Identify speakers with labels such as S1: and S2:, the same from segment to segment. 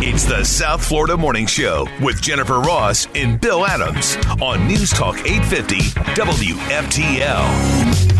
S1: It's the South Florida Morning Show with Jennifer Ross and Bill Adams on News Talk 850 WFTL.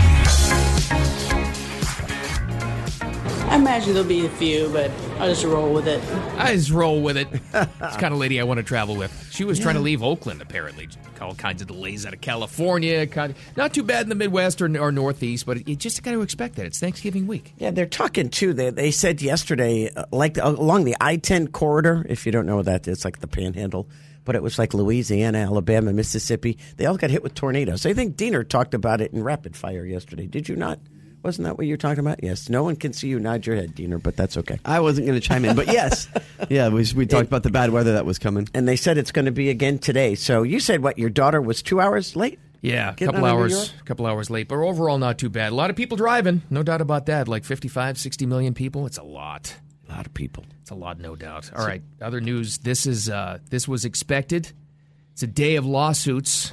S2: I imagine there'll be a few, but I'll just roll with it.
S3: I just roll with it. It's the kind of lady I want to travel with. She was trying to leave Oakland, apparently. All kinds of delays out of California. Kind of- not too bad in the Midwest or, or Northeast, but you just got to expect that. It's Thanksgiving week.
S4: Yeah, they're talking too. They, they said yesterday, uh, like the, along the I 10 corridor, if you don't know what that is, like the panhandle, but it was like Louisiana, Alabama, Mississippi. They all got hit with tornadoes. I think Diener talked about it in rapid fire yesterday. Did you not? Wasn't that what you were talking about? Yes. No one can see you nod your head, Diener, but that's okay.
S5: I wasn't going to chime in, but yes, yeah, we, we talked about the bad weather that was coming.
S4: And they said it's going to be again today. So you said what? Your daughter was two hours late?
S3: Yeah, a
S4: Getting
S3: couple
S4: out of New
S3: hours,
S4: York?
S3: couple hours late, but overall not too bad. A lot of people driving, no doubt about that. Like 55, 60 million people. It's a lot.
S4: A lot of people.
S3: It's a lot, no doubt. All right, other news. This is uh, this was expected. It's a day of lawsuits.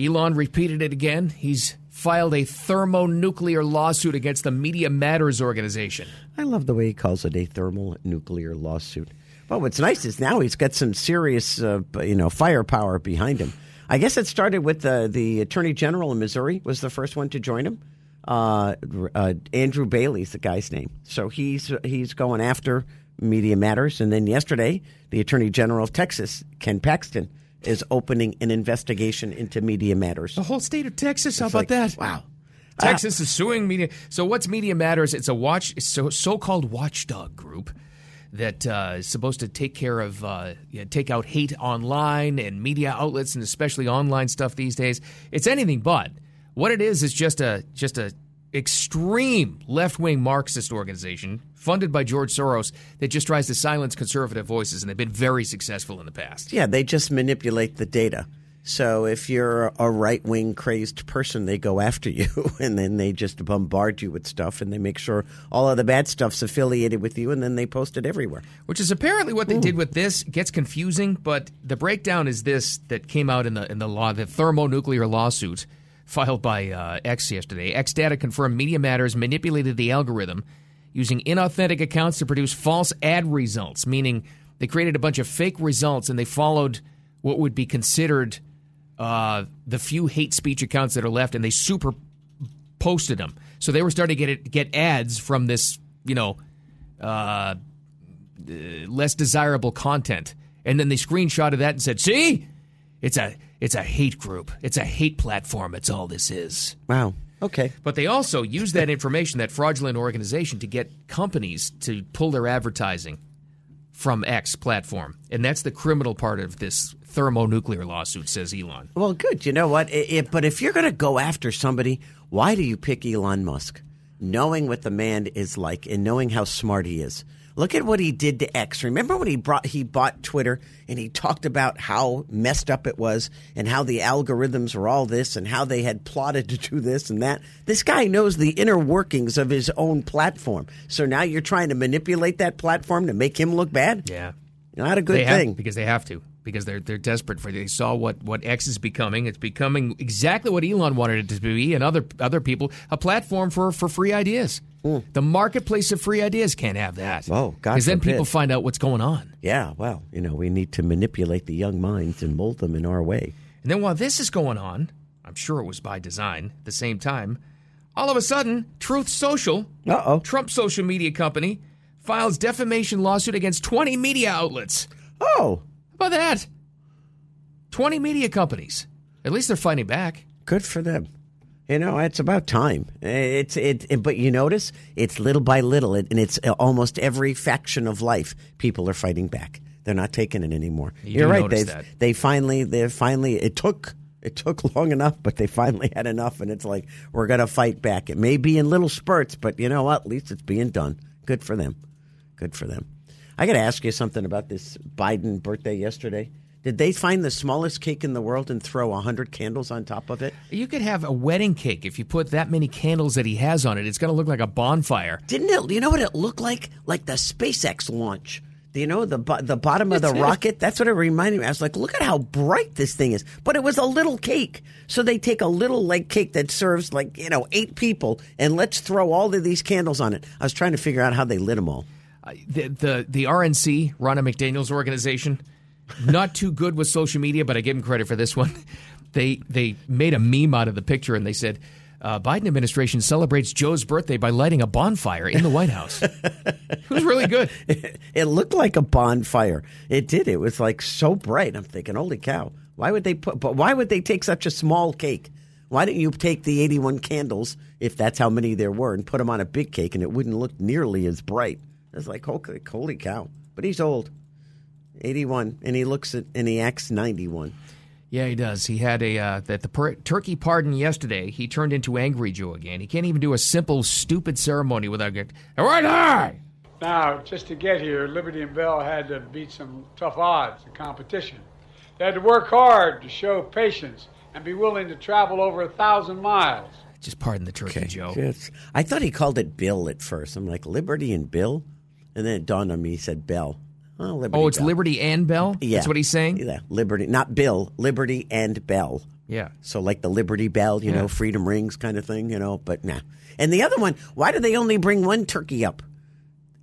S3: Elon repeated it again. He's filed a thermonuclear lawsuit against the Media Matters organization.
S4: I love the way he calls it a thermal nuclear lawsuit. Well, what's nice is now he's got some serious, uh, you know, firepower behind him. I guess it started with the the attorney general in Missouri was the first one to join him. Uh, uh, Andrew Bailey's the guy's name, so he's he's going after Media Matters. And then yesterday, the attorney general of Texas, Ken Paxton, is opening an investigation into Media Matters.
S3: The whole state of Texas. how
S4: It's
S3: about
S4: like,
S3: that? Ah.
S4: Wow.
S3: Texas is suing media. So what's Media Matters? It's a watch, so so-called watchdog group that uh, is supposed to take care of uh, you know, take out hate online and media outlets and especially online stuff these days. It's anything but. What it is is just a just a extreme left-wing Marxist organization funded by George Soros that just tries to silence conservative voices, and they've been very successful in the past.
S4: Yeah, they just manipulate the data. So if you're a right wing crazed person, they go after you and then they just bombard you with stuff and they make sure all of the bad stuff's affiliated with you and then they post it everywhere.
S3: which is apparently what they did with this. It gets confusing, but the breakdown is this that came out in the in the law, the thermonuclear lawsuit filed by uh, X yesterday. X data confirmed Media Matters manipulated the algorithm using inauthentic accounts to produce false ad results, meaning they created a bunch of fake results and they followed what would be considered uh, the few hate speech accounts that are left, and they super posted them. So they were starting to get it, get ads from this, you know, uh, less desirable content. And then they screenshotted that and said, "See, it's a it's a hate group. It's a hate platform. It's all this is."
S4: Wow. Okay.
S3: But they also use that information, that fraudulent organization, to get companies to pull their advertising from X platform, and that's the criminal part of this thermonuclear lawsuit, says Elon.
S4: Well, good. You know what? It, it, but if you're going to go after somebody, why do you pick Elon Musk? Knowing what the man is like and knowing how smart he is. Look at what he did to X. Remember when he brought he bought Twitter and he talked about how messed up it was and how the algorithms were all this and how they had plotted to do this and that. This guy knows the inner workings of his own platform. So now you're trying to manipulate that platform to make him look bad?
S3: Yeah,
S4: Not a good
S3: they have-
S4: thing.
S3: because they have to because they're they're desperate for. They saw what what X is becoming. It's becoming exactly what Elon wanted it to be, and other other people a platform for for free ideas. The marketplace of free ideas can't have that.
S4: Hmm. Whoa, Oh, God
S3: because then
S4: forbid.
S3: people find out what's going on.
S4: Yeah, well, you know, we need to manipulate the young minds and mold them in our way.
S3: And then while this is going on, I'm sure it was by design. At the same time, all of a sudden, Truth Social,
S4: Uh oh.
S3: Trump's social media company, files defamation lawsuit against 20 media outlets.
S4: Oh,
S3: How about that? 20 media companies. At least they're fighting back.
S4: good for them. You know, it's about time. It's it, it- but you notice it's little by little, it, and it's uh, almost every faction of life. People are fighting back. They're not taking it anymore.
S3: You
S4: are
S3: do
S4: right.
S3: notice
S4: They
S3: that.
S4: they finally they finally it took it took long enough, but they finally had enough, and it's like we're gonna fight back. It may be in little spurts, but you know what? At least it's being done. Good for them. Good for them. I got to ask you something about this Biden birthday yesterday. Did they find the smallest cake in the world and throw 100 candles on top of it?
S3: You could have a wedding cake if you put that many candles that he has on it. It's going to look like a bonfire.
S4: Didn't it? You know what it looked like? Like the SpaceX launch. Do you know the bo- the bottom of the rocket? That's what it reminded me. I was like, look at how bright this thing is. But it was a little cake. So they take a little like cake that serves like you know eight people, and let's throw all of these candles on it. I was trying to figure out how they lit them all.
S3: Uh, The the, the RNC, Ronna McDaniel's organization, not too good with social media, but I give him credit for this one. They they made a meme out of the picture and they said. Uh, Biden administration celebrates Joe's birthday by lighting a bonfire in the White House. it was really good.
S4: It looked like a bonfire. It did. It was like so bright. I'm thinking, holy cow! Why would they put? But why would they take such a small cake? Why didn't you take the 81 candles, if that's how many there were, and put them on a big cake, and it wouldn't look nearly as bright? It's like holy, holy cow! But he's old, 81, and he looks at and he acts 91.
S3: Yeah, he does. He had a uh, that the per- turkey pardon yesterday. He turned into angry Joe again. He can't even do a simple, stupid ceremony without getting all right. hi!"
S6: Now, just to get here, Liberty and Bell had to beat some tough odds and competition. They had to work hard to show patience and be willing to travel over a thousand miles.
S3: Just pardon the turkey, Joe.
S4: Yes. I thought he called it Bill at first. I'm like Liberty and Bill, and then it dawned on me he said Bell. Oh, Liberty
S3: Oh, it's
S4: Bell.
S3: Liberty and Bell.
S4: Yeah.
S3: that's what he's saying.
S4: Yeah, Liberty, not Bill, Liberty and Bell.
S3: Yeah.
S4: So like the Liberty Bell, you
S3: Yeah.
S4: know, freedom rings kind of thing, you know, but nah. And the other one, why do they only bring one turkey up?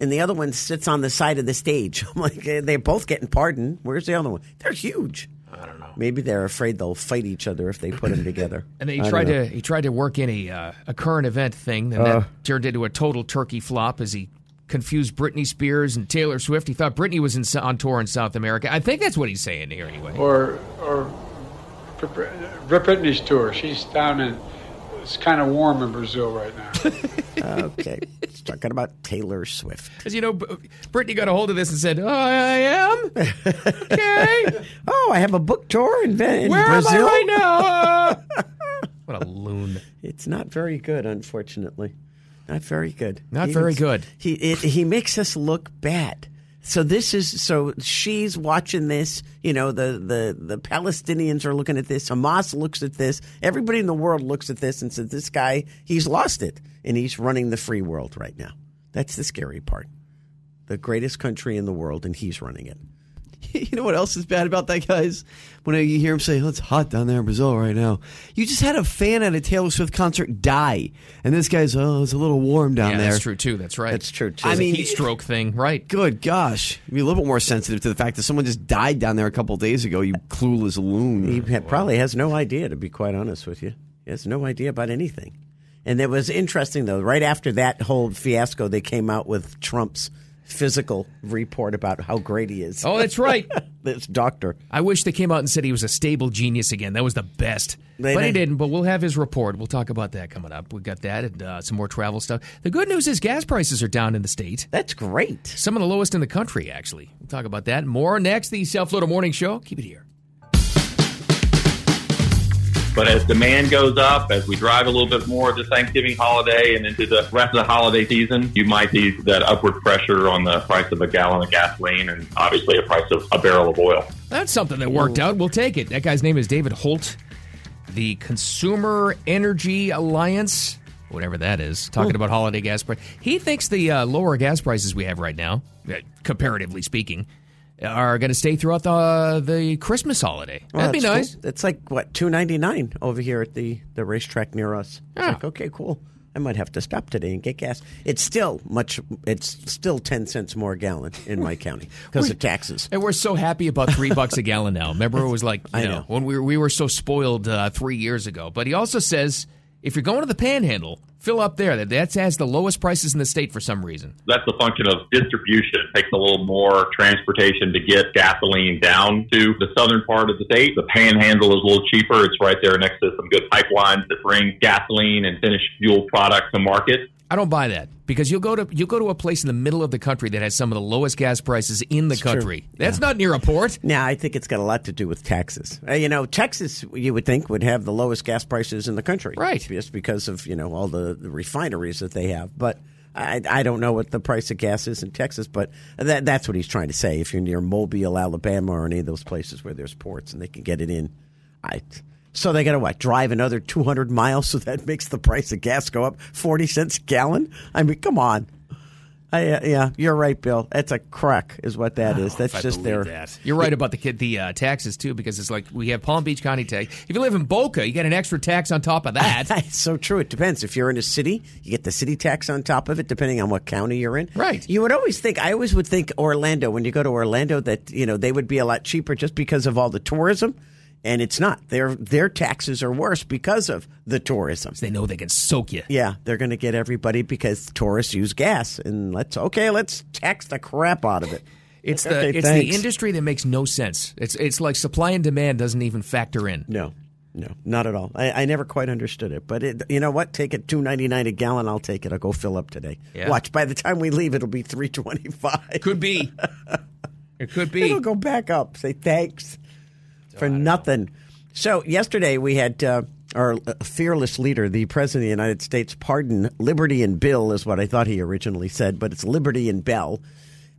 S4: And the other one sits on the side of the stage. I'm like, eh, they're both getting pardoned. Where's the other one? They're huge. I don't know. Maybe they're afraid they'll fight each other if they put them together.
S3: And then
S4: I
S3: he
S4: don't
S3: tried to
S4: know.
S3: he tried to work in a uh, a current event thing, and
S4: Uh.
S3: that turned into a total turkey flop as he confused Britney Spears and Taylor Swift. He thought Britney was in, on tour in South America. I think that's what he's saying here anyway.
S6: Or, or Br- Br- Br- Britney's tour. She's down in, it's kind of warm in Brazil right now.
S4: Okay. It's talking about Taylor Swift.
S3: Because you know, B- Britney got a hold of this and said, "I am okay."
S4: Oh, I have a book tour in, in
S3: Where
S4: Brazil.
S3: am I right now? Uh, what a loon.
S4: It's not very good, unfortunately. Not very good.
S3: Not very
S4: makes-
S3: good.
S4: He it, he makes us look bad. So this is so she's watching this. You know the the the Palestinians are looking at this. Hamas looks at this. Everybody in the world looks at this and says, "This guy, he's lost it, and he's running the free world right now." That's the scary part. The greatest country in the world, and he's running it.
S5: You know what else is bad about that, guys? When you hear him say, "It's hot down there in Brazil right now," you just had a fan at a Taylor Swift concert die, and this guy's, "Oh, it's a little warm down
S3: Yeah,
S5: there."
S3: that's true too. That's right.
S4: That's true, too.
S5: I
S3: I mean,
S5: mean-
S3: heat stroke thing, right?
S5: Good gosh, be a little bit more sensitive to the fact that someone just died down there a couple days ago. You clueless loon.
S4: He ha- probably has no idea, to be quite honest with you. He has no idea about anything. And it was interesting, though, right after that whole fiasco, they came out with Trump's physical report about how great he is.
S3: Oh, that's right.
S4: This doctor.
S3: I wish they came out and said he was a stable genius again. That was the best.
S4: They
S3: but he
S4: did.
S3: didn't. But we'll have his report. We'll talk about that coming up. We got that and uh, some more travel stuff. The good news is gas prices are down in the state.
S4: That's great.
S3: Some of the lowest in the country, actually. We'll talk about that. and More next. The South Florida Morning Show. Keep it here.
S7: But as demand goes up, as we drive a little bit more of the Thanksgiving holiday and into the rest of the holiday season, you might see that upward pressure on the price of a gallon of gasoline and obviously a price of a barrel of oil.
S3: That's something that worked out. We'll take it. That guy's name is David Holt, the Consumer Energy Alliance, whatever that is, talking about holiday gas price. He thinks the uh, lower gas prices we have right now, uh, comparatively speaking, are going to stay throughout the the Christmas holiday.
S4: Well,
S3: That'd be
S4: that's cool.
S3: nice.
S4: That's like, what, two ninety nine over here at the, the racetrack near us. It's
S3: Yeah.
S4: like, okay, cool. I might have to stop today and get gas. It's still much, it's still 10 cents more a gallon in my county because of taxes.
S3: And we're so happy about three bucks a gallon now. Remember, it was like you
S4: I
S3: know,
S4: know.
S3: when we were, we were so spoiled uh, three years ago. But he also says if you're going to the Panhandle, fill up there. That that has the lowest prices in the state for some reason.
S7: That's a function of distribution. It takes a little more transportation to get gasoline down to the southern part of the state. The panhandle is a little cheaper. It's right there next to some good pipelines that bring gasoline and finished fuel products to market.
S3: I don't buy that because you'll go to you go to a place in the middle of the country that has some of the lowest gas prices in the country. That's not near a port.
S4: Now, I think it's got a lot to do with taxes. Uh, you know, Texas, you would think, would have the lowest gas prices in the country.
S3: Right.
S4: Just because of, you know, all the, the refineries that they have. But I, I don't know what the price of gas is in Texas, but that, that's what he's trying to say. If you're near Mobile, Alabama, or any of those places where there's ports and they can get it in, I. So they got to what? Drive another 200 miles, so that makes the price of gas go up 40 cents a gallon. I mean, come on. I, uh, yeah, you're right, Bill. That's a crack, is what that is. That's
S8: I
S4: just
S8: believe
S4: their.
S8: that.
S3: You're right about the kid, the uh, taxes too, because it's like we have Palm Beach County tax. If you live in Boca, you get an extra tax on top of that.
S4: It's so true. It depends. If you're in a city, you get the city tax on top of it, depending on what county you're in.
S3: Right.
S4: You would always think. I always would think Orlando. When you go to Orlando, that you know they would be a lot cheaper just because of all the tourism, and it's not. Their their taxes are worse because of the tourism.
S3: they know they can soak you.
S4: Yeah, they're going to get everybody because tourists use gas, and let's okay, let's tax the crap out of it.
S3: It's the
S4: Okay,
S3: it's
S4: thanks.
S3: the industry that makes no sense. It's it's like supply and demand doesn't even factor in.
S4: No, no, not at all. I, I never quite understood it, but it, you know what? Take it two ninety nine a gallon. I'll take it. I'll go fill up today.
S3: Yeah.
S4: Watch. By the time we leave, it'll be three twenty five.
S3: Could be. It could be. Oh,
S4: It'll go back up. Say thanks for nothing. So yesterday we had uh, our uh, fearless leader, the president of the United States, pardon liberty and bill is what I thought he originally said, but it's liberty and bell.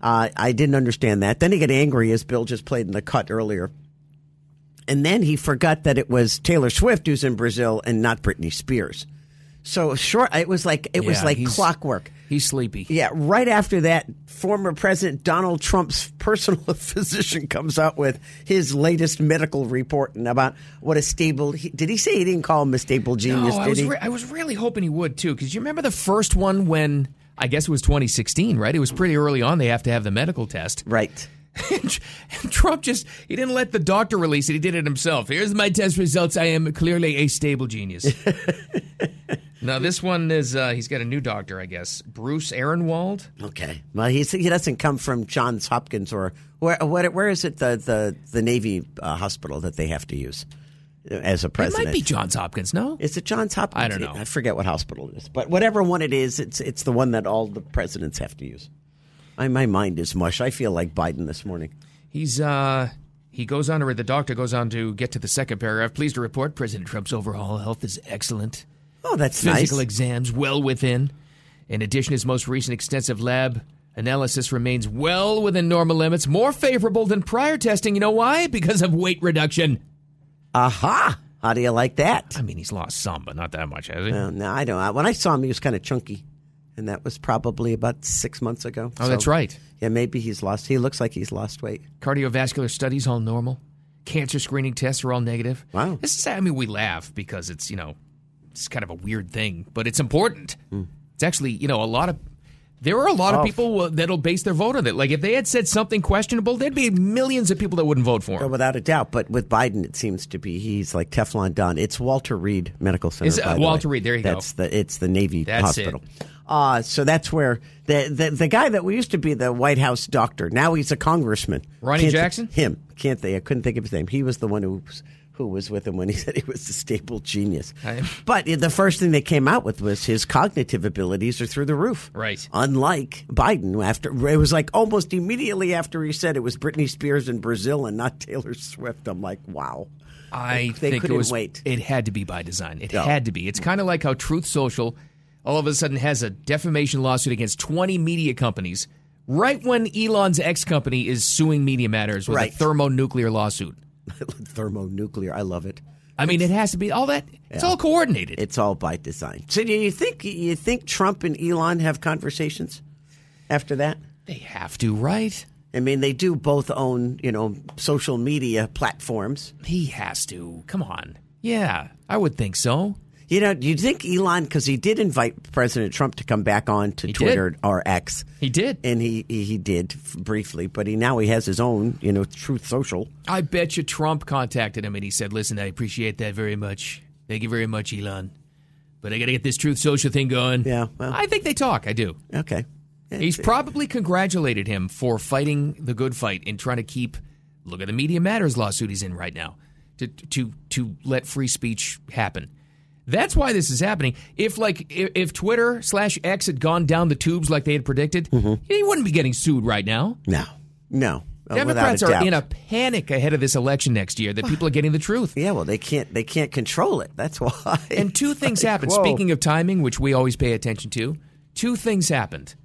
S4: Uh, I didn't understand that. Then he got angry as Bill just played in the cut earlier. And then he forgot that it was Taylor Swift who's in Brazil and not Britney Spears. So short, it was like it was
S3: Yeah,
S4: like
S3: he's-
S4: clockwork.
S3: He's sleepy.
S4: Yeah, right after that, former President Donald Trump's personal physician comes out with his latest medical report and about what a stable. He, did he say he didn't call him a stable
S3: No,
S4: genius?
S3: I
S4: did
S3: was
S4: he?
S3: re- I was really hoping he would too, because you remember the first one when I guess it was 2016, right? It was pretty early on. They have to have the medical test.
S4: right.
S3: and Trump just he didn't let the doctor release it. He did it himself. Here's my test results. I am clearly a stable genius. now this one is uh, he's got a new doctor, I guess, Bruce Ehrenwald.
S4: Okay. Well, he's, he doesn't come from Johns Hopkins or where? Where, where is it? The the the Navy uh, hospital that they have to use as a
S3: It
S4: president.
S3: might be Johns Hopkins. No,
S4: It's a Johns Hopkins.
S3: I don't know.
S4: I forget what hospital it is, but whatever one it is, it's it's the one that all the presidents have to use. I, my mind is mush. I feel like Biden this morning.
S3: he's uh, he goes on to read. The doctor goes on to get to the second paragraph. Pleased to report, President Trump's overall health is excellent.
S4: Oh, that's
S3: Physical
S4: nice.
S3: exams well within. In addition, his most recent extensive lab analysis remains well within normal limits, more favorable than prior testing. You know why? Because of weight reduction.
S4: Aha! How do you like that?
S3: I mean, he's lost some, but not that much, has he?
S4: Well, no, I don't. I- When I saw him, he was kind of chunky, and that was probably about six months ago.
S3: oh, that's right.
S4: Yeah, maybe he's lost. He looks like he's lost weight.
S3: Cardiovascular studies all normal. Cancer screening tests are all negative.
S4: Wow.
S3: This is, I mean, we laugh because it's, you know, it's kind of a weird thing, but it's important. It's actually, you know, a lot of. There are a lot of
S4: Hmm. Oh.
S3: people uh, that'll base their vote on it. Like if they had said something questionable, there'd be millions of people that wouldn't vote for him.
S4: Oh, without a doubt. But with Biden, it seems to be he's like Teflon Don. It's Walter Reed Medical Center.
S3: Is it-
S4: by the
S3: Walter
S4: way.
S3: Reed, there you go.
S4: that's The, it's the Navy
S3: That's it.
S4: hospital. Uh, so that's where the, the the guy that used to be the White House doctor, now he's a congressman.
S3: Ronnie
S4: Can't-
S3: Jackson?
S4: Him. Can't they? I couldn't think of his name. He was the one who was, who was with him when he said he was a stable genius.
S3: I-
S4: But the first thing they came out with was his cognitive abilities are through the roof.
S3: Right.
S4: Unlike Biden, who after it was like almost immediately after he said it was Britney Spears in Brazil and not Taylor Swift. I'm like, wow.
S3: I
S4: they
S3: think it
S4: couldn't
S3: was.
S4: wait. Mm.
S3: It had to be by design. It
S4: Yeah.
S3: had to be. It's kind of like how Truth Social, all of a sudden, has a defamation lawsuit against 20 media companies, right when Elon's ex company is suing Media Matters with
S4: Right.
S3: a thermonuclear lawsuit.
S4: Thermonuclear. I love it.
S3: I mean, it has to be all that. It's all coordinated.
S4: It's all by design. So do you think you think Trump and Elon have conversations after that?
S3: they have to, right?
S4: I mean, they do both own you know social media platforms.
S3: He has to. Come on. Yeah, I would think so.
S4: You know, do you think Elon because he did invite President Trump to come back on to
S3: He did.
S4: Twitter or X,
S3: He did.
S4: and he he, he did f- briefly, but he now he has his own you know Truth Social.
S3: I bet you Trump contacted him and he said, "Listen, I appreciate that very much. Thank you very much, Elon." But I got to get this Truth Social thing going.
S4: Yeah, well-
S3: I think they talk. I do.
S4: Okay,
S3: He's probably congratulated him for fighting the good fight and trying to keep. Look at the Media Matters lawsuit he's in right now to to to let free speech happen. That's why this is happening. If like if, if Twitter slash X had gone down the tubes like they had predicted,
S4: Mm-hmm.
S3: he wouldn't be getting sued right now.
S4: no, no. uh, without
S3: Democrats are
S4: doubt.
S3: in a panic ahead of this election next year that people are getting the truth.
S4: yeah. Well, they can't they can't control it. That's why.
S3: And two things happen.
S4: Whoa.
S3: Speaking of timing, which we always pay attention to, two things happened.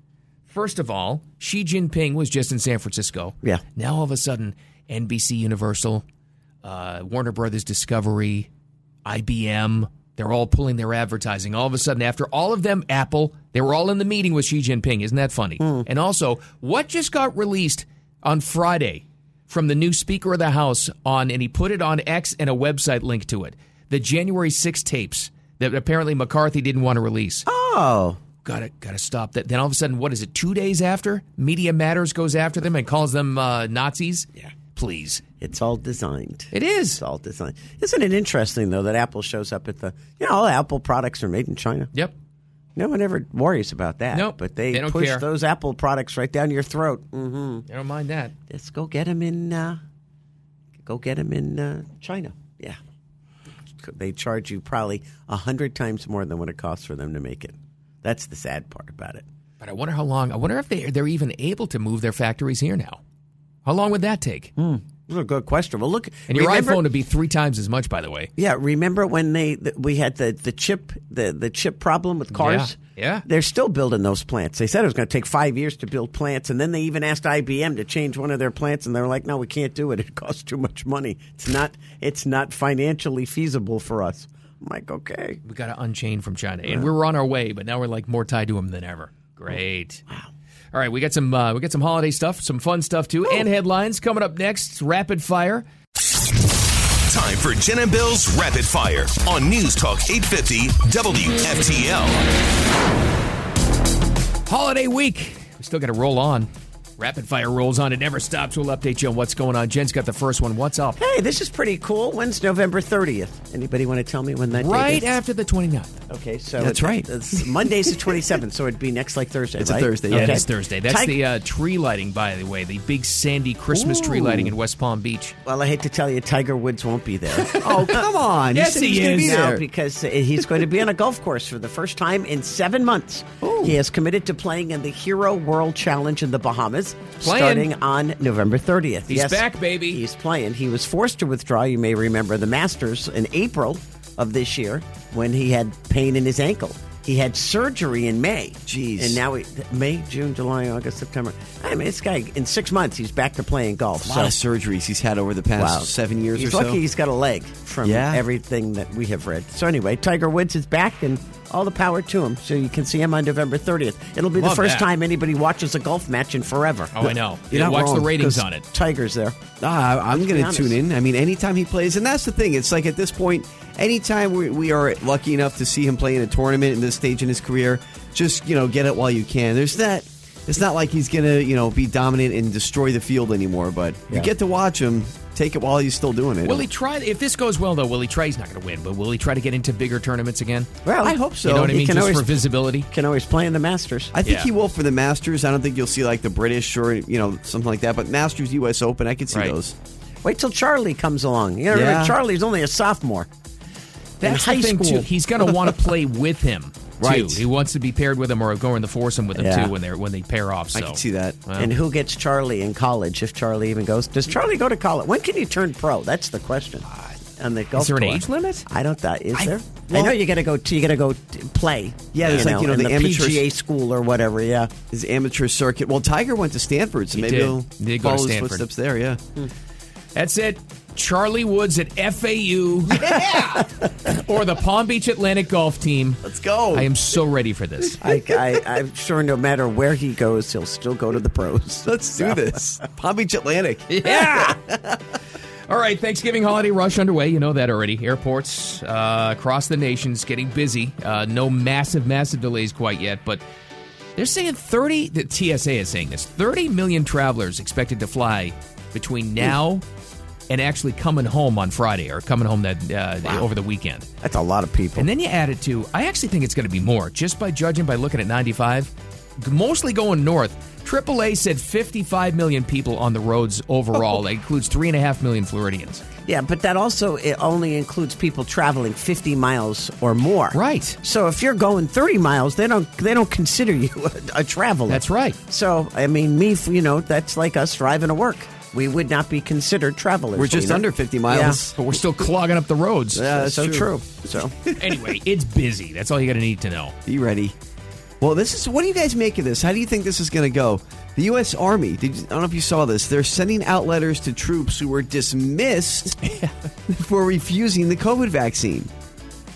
S3: First of all, Xi Jinping was just in San Francisco.
S4: Yeah.
S3: Now all of a sudden, NBC Universal, uh, Warner Brothers Discovery, IBM, they're all pulling their advertising. All of a sudden, after all of them, Apple, they were all in the meeting with Xi Jinping. Isn't that funny? And also, what just got released on Friday from the new Speaker of the House on, and he put it on X and a website link to it, the January 6 tapes that apparently McCarthy didn't want to release
S4: Oh,
S3: gotta gotta stop that. Then all of a sudden, what is it? Two days after, Media Matters goes after them and calls them uh, Nazis. Yeah, please.
S4: it's all designed.
S3: It is.
S4: It's all designed. Isn't it interesting though that Apple shows up at the? You know, all Apple products are made in China.
S3: Yep.
S4: No one ever worries about that.
S3: Nope.
S4: But they,
S3: They don't
S4: push
S3: care.
S4: those Apple products right down your throat. Mm-hmm.
S3: I don't mind that.
S4: Let's go get them in. Uh, go get 'em in uh, China. Yeah. They charge you probably a hundred times more than what it costs for them to make it. That's the sad part about it.
S3: But I wonder how long. I wonder if they they're even able to move their factories here now. How long would that take?
S4: That's a good question. Well, look,
S3: And your
S4: remember-
S3: iPhone would be three times as much, by the way.
S4: Yeah, remember when they th- we had the, the chip the, the chip problem with cars?
S3: Yeah, yeah.
S4: They're still building those plants. They said it was going to take 5 years to build plants and then they even asked IBM to change one of their plants and they're like, "No, we can't do it. It costs too much money. It's not it's not financially feasible for us." I'm like, "Okay."
S3: We got to unchain from China, and we were on our way, but now we're like more tied to them than ever. Great. Oh, Wow. All right, we got some uh, we got some holiday stuff, some fun stuff too, and headlines coming up next. Rapid fire.
S1: Time for Jen and Bill's Rapid Fire on News Talk 850 WFTL.
S3: Holiday week. We still got to roll on. Rapid fire rolls on. It never stops. We'll update you on what's going on. Jen's got the first one. What's up?
S4: Hey, this is pretty cool. When's November 30th? Anybody want to tell me when that
S3: Right
S4: date is?
S3: after the 29th.
S4: Okay, so
S5: That's
S4: it-
S5: right.
S4: It's Monday's the 27th, so it'd be next like Thursday,
S5: It's a
S4: right?
S5: Thursday, yeah.
S3: Yeah,
S5: Okay.
S3: that's Thursday. That's
S4: Tig-
S3: the uh, tree lighting, by the way, the big sandy Christmas tree
S4: Ooh.
S3: lighting in West Palm Beach.
S4: Well, I hate to tell you, Tiger Woods won't be there.
S5: Oh, come on.
S3: Yes,
S5: said
S3: he
S5: was gonna
S3: is.
S5: be
S4: now
S5: there.
S4: because he's going to be on a golf course for the first time in seven months. He has committed to playing in the Hero World Challenge in the Bahamas,
S3: Playing.
S4: starting on November 30th.
S3: He's back, baby.
S4: He's playing. He was forced to withdraw. You may remember the Masters in April of this year when he had pain in his ankle. He had surgery in May.
S5: Jeez.
S4: And now he, May, June, July, August, September. I mean, this guy in six months he's back to playing golf.
S5: A lot of
S4: So-
S5: surgeries he's had over the past seven years
S4: he's
S5: or
S4: lucky
S5: so.
S4: he's got a leg from
S5: Yeah.
S4: everything that we have read. So anyway, Tiger Woods is back and all the power to him. So you can see him on November 30th. It'll be
S3: Love
S4: the first
S3: that.
S4: time anybody watches a golf match in forever.
S3: Oh, I know.
S5: You're not
S3: watch the
S5: wrong,
S3: ratings
S5: 'cause
S3: on it.
S4: Tiger's there.
S5: Ah, I-
S4: Let's
S5: I'm going
S4: be
S5: to
S4: honest.
S5: tune in. I mean, anytime he plays, and that's the thing. It's like at this point, anytime we, we are lucky enough to see him play in a tournament in this stage in his career, just you know, get it while you can. There's that. It's not like he's going to you know be dominant and destroy the field anymore. But you
S4: Yeah.
S5: get to watch him. Take it while he's still doing it.
S3: Will he try? If this goes well, though, will he try? He's not going to win, but will he try to get into bigger tournaments again?
S4: Well,
S5: I hope so.
S3: You know what I
S4: he
S3: mean?
S4: can
S3: Just
S4: always-
S3: for visibility.
S4: Can always play in the Masters.
S5: I think
S3: Yeah.
S5: he will for the Masters. I don't think you'll see like the British or you know something like that. But Masters, U.S. Open, I could see
S3: Right.
S5: those.
S4: Wait till Charlie comes along. You know,
S5: Yeah.
S4: Charlie's only a sophomore.
S3: That's
S4: in
S3: the
S4: high
S3: thing,
S4: school.
S3: too. He's going to want to play with him.
S5: Right.
S3: Too. He wants to be paired with him or go in the foursome with him
S4: Yeah.
S3: too when they are when they pair off. So.
S5: I could see that.
S4: And who gets Charlie in college if Charlie even goes? Does Charlie go to college? When can you turn pro? That's the question. On the golf
S3: there an
S4: tour.
S3: age limit?
S4: I don't thought is
S3: I-
S4: there.
S3: well-
S4: I know you got to go. T- you got to go t- play.
S5: Yeah, there's like, you know,
S4: in
S5: the amateurs-
S4: PGA school or whatever. Yeah,
S5: His amateur circuit. Well, Tiger went to Stanford, so
S3: He
S5: maybe
S3: did.
S5: he'll
S3: He did go to
S5: follow his
S3: Stanford. Hmm.
S5: footsteps there. Yeah.
S3: That's it. Charlie Woods at FAU. or the Palm Beach Atlantic Golf Team.
S5: Let's go.
S3: I am so ready for this.
S4: I, I, I'm sure no matter where he goes, he'll still go to the pros.
S5: Let's do this. Palm Beach Atlantic.
S3: Yeah. All right, Thanksgiving holiday rush underway. You know that already. Airports uh, across the nation's getting busy. Uh, no massive, massive delays quite yet, but they're saying 30, the TSA is saying this 30 million travelers expected to fly between now and actually coming home on Friday or coming home that uh, over the weekend.
S4: That's a lot of people.
S3: And then you add it to, I actually think it's going to be more just by judging by looking at 95, g- mostly going north. AAA said 55 million people on the roads
S5: Oh.
S3: overall. that includes 3.5 million Floridians.
S4: yeah, but that also it only includes people traveling 50 miles or more.
S3: Right.
S4: So if you're going 30 miles, they don't they don't consider you a, a traveler.
S3: That's right.
S4: So I mean, me, you know, that's like us driving to work. We would not be considered travelers.
S5: We're just
S4: you know?
S5: under 50 miles.
S3: But we're still clogging up the roads.
S5: Yeah. that's
S4: so true.
S5: true.
S4: So.
S3: Anyway, it's busy. That's all you got to need to know.
S5: Be ready. Well, this is what do you guys make of this? How do you think this is going to go? The U.S. Army, did you, I don't know if you saw this, they're sending out letters to troops who were dismissed for refusing the COVID vaccine.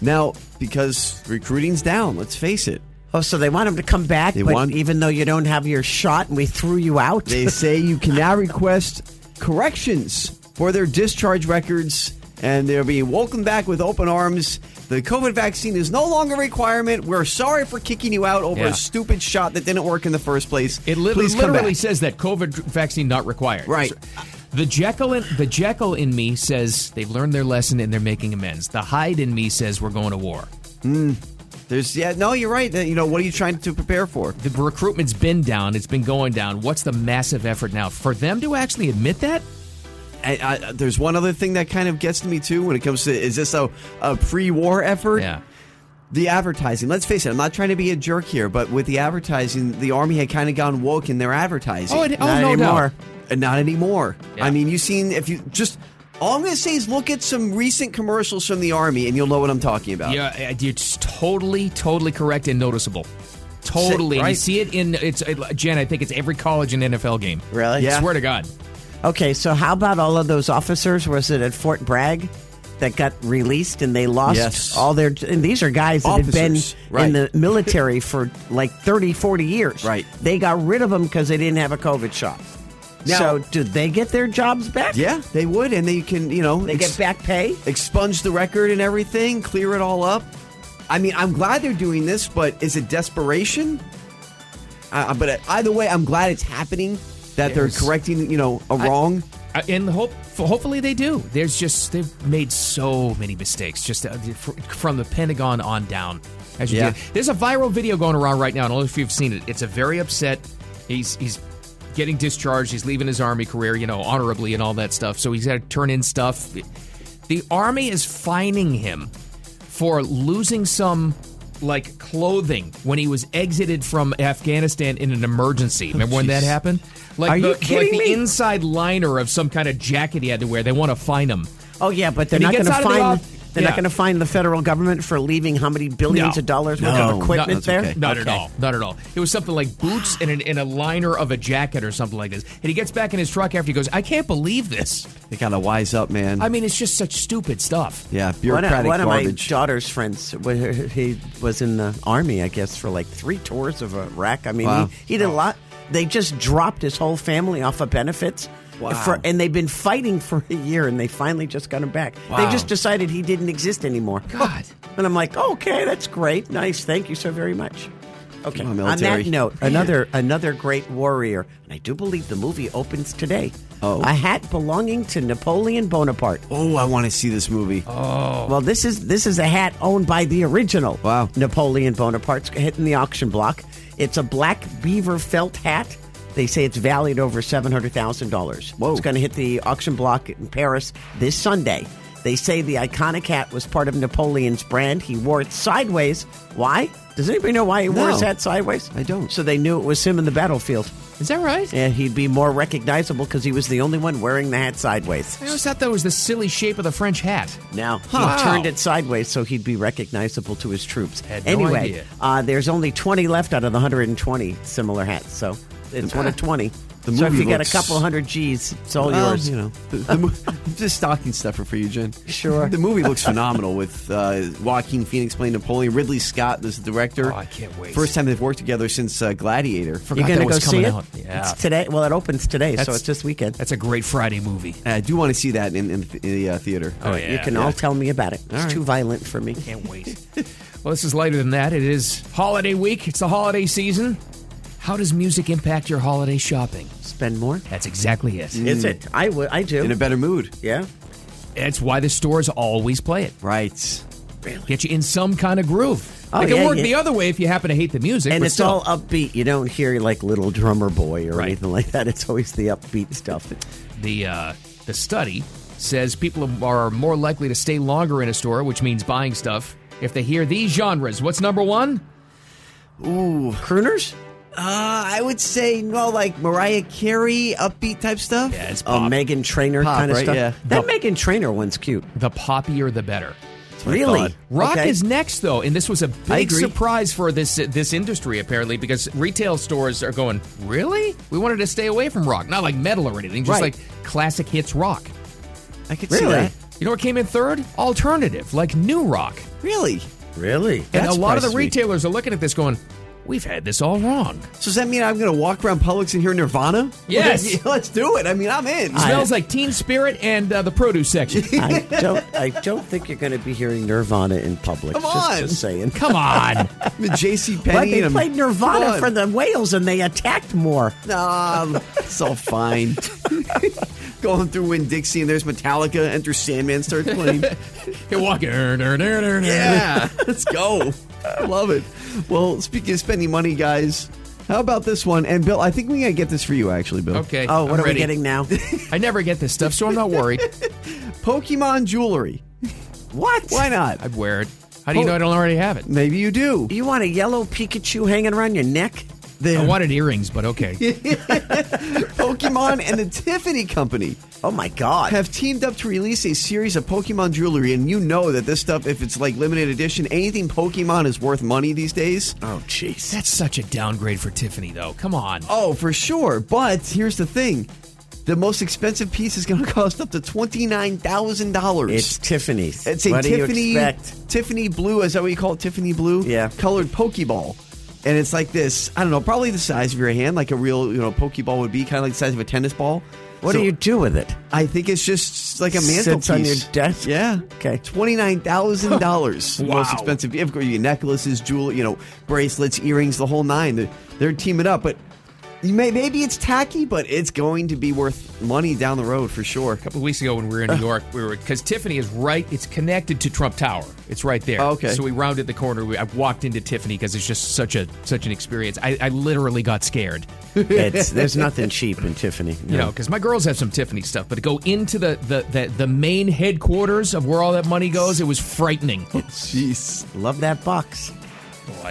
S5: Now, because recruiting's down, let's face it.
S4: Oh, so they want them to come back,
S5: They
S4: but
S5: want-
S4: even though you don't have your shot and we threw you out.
S5: They say you can now request corrections for their discharge records, and they're being welcomed back with open arms. The COVID vaccine is no longer a requirement. We're sorry for kicking you out over
S3: Yeah.
S5: a stupid shot that didn't work in the first place.
S3: It lit-
S5: Please come
S3: literally
S5: back.
S3: says that COVID vaccine not required.
S5: Right.
S3: The Jekyll in the Jekyll in me says they've learned their lesson and they're making amends. The Hyde in me says we're going to war.
S5: There's yeah, no, you're right. You know what are you trying to prepare for?
S3: The recruitment's been down. It's been going down. What's the massive effort now for them to actually admit that?
S5: I, I, there's one other thing that kind of gets to me too when it comes to is this a, a pre-war effort?
S3: Yeah.
S5: The advertising. Let's face it. I'm not trying to be a jerk here, but with the advertising, the army had kind of gone woke in their advertising.
S3: Oh, it- oh,
S5: not
S3: no doubt.
S5: anymore. Uh, Not anymore.
S3: Yeah.
S5: I mean, you've seen if you just all I'm going to say is look at some recent commercials from the army, and you'll know what I'm talking about.
S3: Yeah, uh, you're just totally, totally correct and noticeable. Totally, And you
S5: right?
S3: see it in it's it, Jen. I think it's every college and NFL game.
S4: Really?
S5: Yeah.
S3: Swear to God.
S4: Okay, so how about all of those officers? Was it at Fort Bragg that got released and they lost
S5: Yes.
S4: all their? And these are guys that
S5: Officers,
S4: have been
S5: right.
S4: in the military for like 30, 40 years.
S5: Right.
S4: They got rid of them because they didn't have a COVID shot.
S5: Now-
S4: so did they get their jobs back?
S5: Yeah, they would, and they can you know
S4: They get back pay?
S5: expunge the record and everything, clear it all up. I mean, I'm glad they're doing this, but is it desperation? Uh, but either way, I'm glad it's happening that
S3: Yes.
S5: they're correcting, you know, a wrong.
S3: Uh, and hope hopefully they do. There's just they've made so many mistakes just uh, fr- from the Pentagon on down. As you
S5: Yeah.
S3: did. There's a viral video going around right now. I don't know if you've seen it. It's a very upset. He's he's getting discharged. He's leaving his army career, you know, honorably and all that stuff. So he's got to turn in stuff. The army is fining him for losing some like clothing when he was exited from Afghanistan in an emergency. Remember when that happened? Like
S4: Oh, Are
S3: the,
S4: you
S3: like
S4: kidding
S3: the
S4: me?
S3: inside liner of some kind of jacket he had to wear. They want to fine him.
S4: Oh yeah, but they're
S3: And he
S4: not going
S3: gets
S4: to
S3: out of the
S4: find.
S3: off-
S4: they're
S3: Yeah.
S4: not going to find the federal government for leaving how many billions
S3: No.
S4: of dollars worth
S5: No.
S4: of equipment
S5: No,
S4: there?
S5: that's okay.
S3: Not at
S4: Okay.
S3: all. Not at all. It was something like boots and, an, and a liner of a jacket or something like this. And he gets back in his truck after he goes, I can't believe this.
S5: They gotta wise up, man.
S3: I mean, it's just such stupid stuff.
S5: yeah,
S4: One of,
S5: bureaucratic
S4: one of my
S5: garbage.
S4: daughter's friends, wa- he was in the army, I guess, for like three tours of Iraq. I mean,
S5: Wow. Oh.
S4: he, he did a lot. They just dropped his whole family off of benefits.
S5: Wow.
S4: For, and they've been fighting for a year, and they finally just got him back.
S5: Wow.
S4: They just decided he didn't exist anymore.
S3: God.
S4: And I'm like, okay, that's great, nice, thank you so very much. Okay.
S5: Come on,
S4: on that
S5: military.
S4: note, another another great warrior, and I do believe the movie opens today.
S5: Oh.
S4: a hat belonging to Napoleon Bonaparte.
S5: oh, I want to see this movie.
S4: Well, this is this is a hat owned by the original.
S5: Wow.
S4: Napoleon Bonaparte's hitting the auction block. It's a black beaver felt hat. They say it's valued over seven hundred thousand dollars.
S5: Whoa.
S4: It's going to hit the auction block in Paris this Sunday. They say the iconic hat was part of Napoleon's brand. He wore it sideways. Why? Does anybody know why he wore
S5: No.
S4: his hat sideways?
S5: I don't.
S4: So they knew it was him in the battlefield,
S3: Is that right?
S4: and he'd be more recognizable because he was the only one wearing the hat sideways.
S3: I always thought that was the silly shape of the French hat.
S4: Now
S3: Wow.
S4: he turned it sideways so he'd be recognizable to his troops.
S3: Had no
S4: anyway,
S3: idea.
S4: Uh, there's only 20 left out of the 120 similar hats, so it's one of 20.
S5: The
S4: so if
S5: movie
S4: you got a
S5: looks-
S4: couple hundred G's, it's all
S5: Well,
S4: yours.
S5: You know, the, the mo- just stocking stuffer for you, Jen.
S4: Sure.
S5: The movie looks phenomenal with uh, Joaquin Phoenix playing Napoleon, Ridley Scott is the director.
S3: Oh, I can't wait.
S5: First time they've worked together since uh, Gladiator.
S3: Forgot
S4: You're gonna
S3: that
S4: go
S3: was
S4: see
S3: coming
S4: it?
S3: out. Yeah.
S4: It's today. Well, it opens today, so
S3: That's-
S4: it's this weekend.
S3: That's a great Friday movie.
S5: I do want to see that in, in, in the uh, theater.
S3: Oh, yeah.
S4: you can all tell me about it. It's too violent for me.
S3: Can't wait. well, this is lighter than that. It is holiday week. It's the holiday season. How does music impact your holiday shopping?
S4: Spend more?
S3: That's exactly it.
S4: Is it? I would. I do.
S5: In a better mood.
S4: yeah.
S3: That's why the stores always play it.
S5: Right.
S3: Get you in some kind of groove.
S4: Oh,
S3: it can
S4: yeah,
S3: work
S4: yeah.
S3: the other way if you happen to hate the music.
S4: And
S3: but
S4: it's
S3: still.
S4: all upbeat. You don't hear like Little Drummer Boy or
S3: Right.
S4: anything like that. It's always the upbeat stuff.
S3: the uh, the study says people are more likely to stay longer in a store, which means buying stuff if they hear these genres. What's number one?
S4: Crooners?
S5: Uh, I would say no, like Mariah Carey, upbeat type stuff. Uh,
S3: Yeah, it's
S4: Oh,
S3: pop.
S4: Megan Trainer
S5: Pop,
S4: kind of
S5: right?
S4: stuff.
S5: Yeah.
S4: That
S3: The-
S4: Megan Trainer one's cute.
S3: the poppier the better.
S5: It's what I
S4: Really?
S5: thought.
S3: Rock
S4: Okay.
S3: is next, though, and this was a big
S5: agree.
S3: surprise for this this industry apparently because retail stores are going really. We wanted to stay away from rock, not like metal or anything, just
S5: Right.
S3: like classic hits rock.
S5: I could see
S4: Really?
S5: that.
S3: You know what came in third? Alternative, like new rock.
S5: Really?
S4: Really?
S3: And a
S5: That
S3: lot of the
S5: surprises me.
S3: retailers are looking at this going, "We've had this all wrong."
S5: So does that mean I'm going to walk around Publix and hear Nirvana?
S3: Yes.
S5: Let's, let's do it. I mean, I'm in.
S3: Smells like Teen Spirit and uh, the produce section.
S4: I don't. I don't think you're going to be hearing Nirvana in public.
S5: Come
S4: just,
S5: on.
S4: just saying.
S3: Come on.
S5: the J.C.
S4: But
S5: Penney.
S4: they played Nirvana
S5: on.
S4: for the whales and they attacked more.
S5: Um, it's all fine. Going through Win Dixie and there's Metallica. Enter Sandman starts playing.
S3: You're walking.
S5: yeah, let's go. I love it. Well, speaking of spending money, guys, how about this one? And Bill, I think we gotta get this for you, actually, Bill.
S3: Okay.
S4: Oh, what
S3: I'm
S4: are
S3: ready.
S4: we getting now?
S3: I never get this stuff, so I'm not worried.
S5: Pokemon jewelry.
S4: what?
S5: Why not?
S3: I'd wear it. How do you
S5: Oh.
S3: know I don't already have it?
S5: Maybe you do.
S4: You want a yellow Pikachu hanging around your neck?
S5: The
S3: I wanted earrings, but okay.
S5: Pokemon and the Tiffany Company
S4: Oh my God!
S5: have teamed up to release a series of Pokemon jewelry, and you know that this stuff, if it's like limited edition, anything Pokemon is worth money these days.
S4: oh jeez.
S3: That's such a downgrade for Tiffany, though. Come on.
S5: Oh, for sure. But here's the thing. The most expensive piece is going to cost up to twenty nine thousand dollars.
S4: It's Tiffany's.
S5: It's a
S4: what Do
S5: Tiffany
S4: you expect?
S5: Tiffany blue. Is that what you call it? Tiffany blue?
S4: Yeah.
S5: Colored Pokeball. And it's like this. I don't know. Probably the size of your hand, like a real you know Pokeball would be, kind of like the size of a tennis ball.
S4: What
S5: So
S4: do you do with it?
S5: I think it's just like a
S4: Sits
S5: mantelpiece
S4: on your desk?
S5: Yeah.
S4: Okay.
S5: Twenty nine thousand dollars.
S3: Wow.
S5: Most expensive. Of course, you get necklaces, jewel, you know, bracelets, earrings, the whole nine. They're, they're teaming up, but. You may, maybe it's tacky, but it's going to be worth money down the road for sure.
S3: couple weeks ago when we were
S5: Uh.
S3: in New York, we were because Tiffany is right. It's connected to Trump Tower. It's right there.
S5: Oh, okay.
S3: So we rounded the corner. We, I walked into Tiffany because it's just such a such an experience. I, I literally got scared.
S4: It's, there's nothing cheap in Tiffany.
S3: You know, because my girls have some Tiffany stuff, but to go into the the, the the main headquarters of where all that money goes, it was frightening.
S5: Jeez.
S4: Love that box.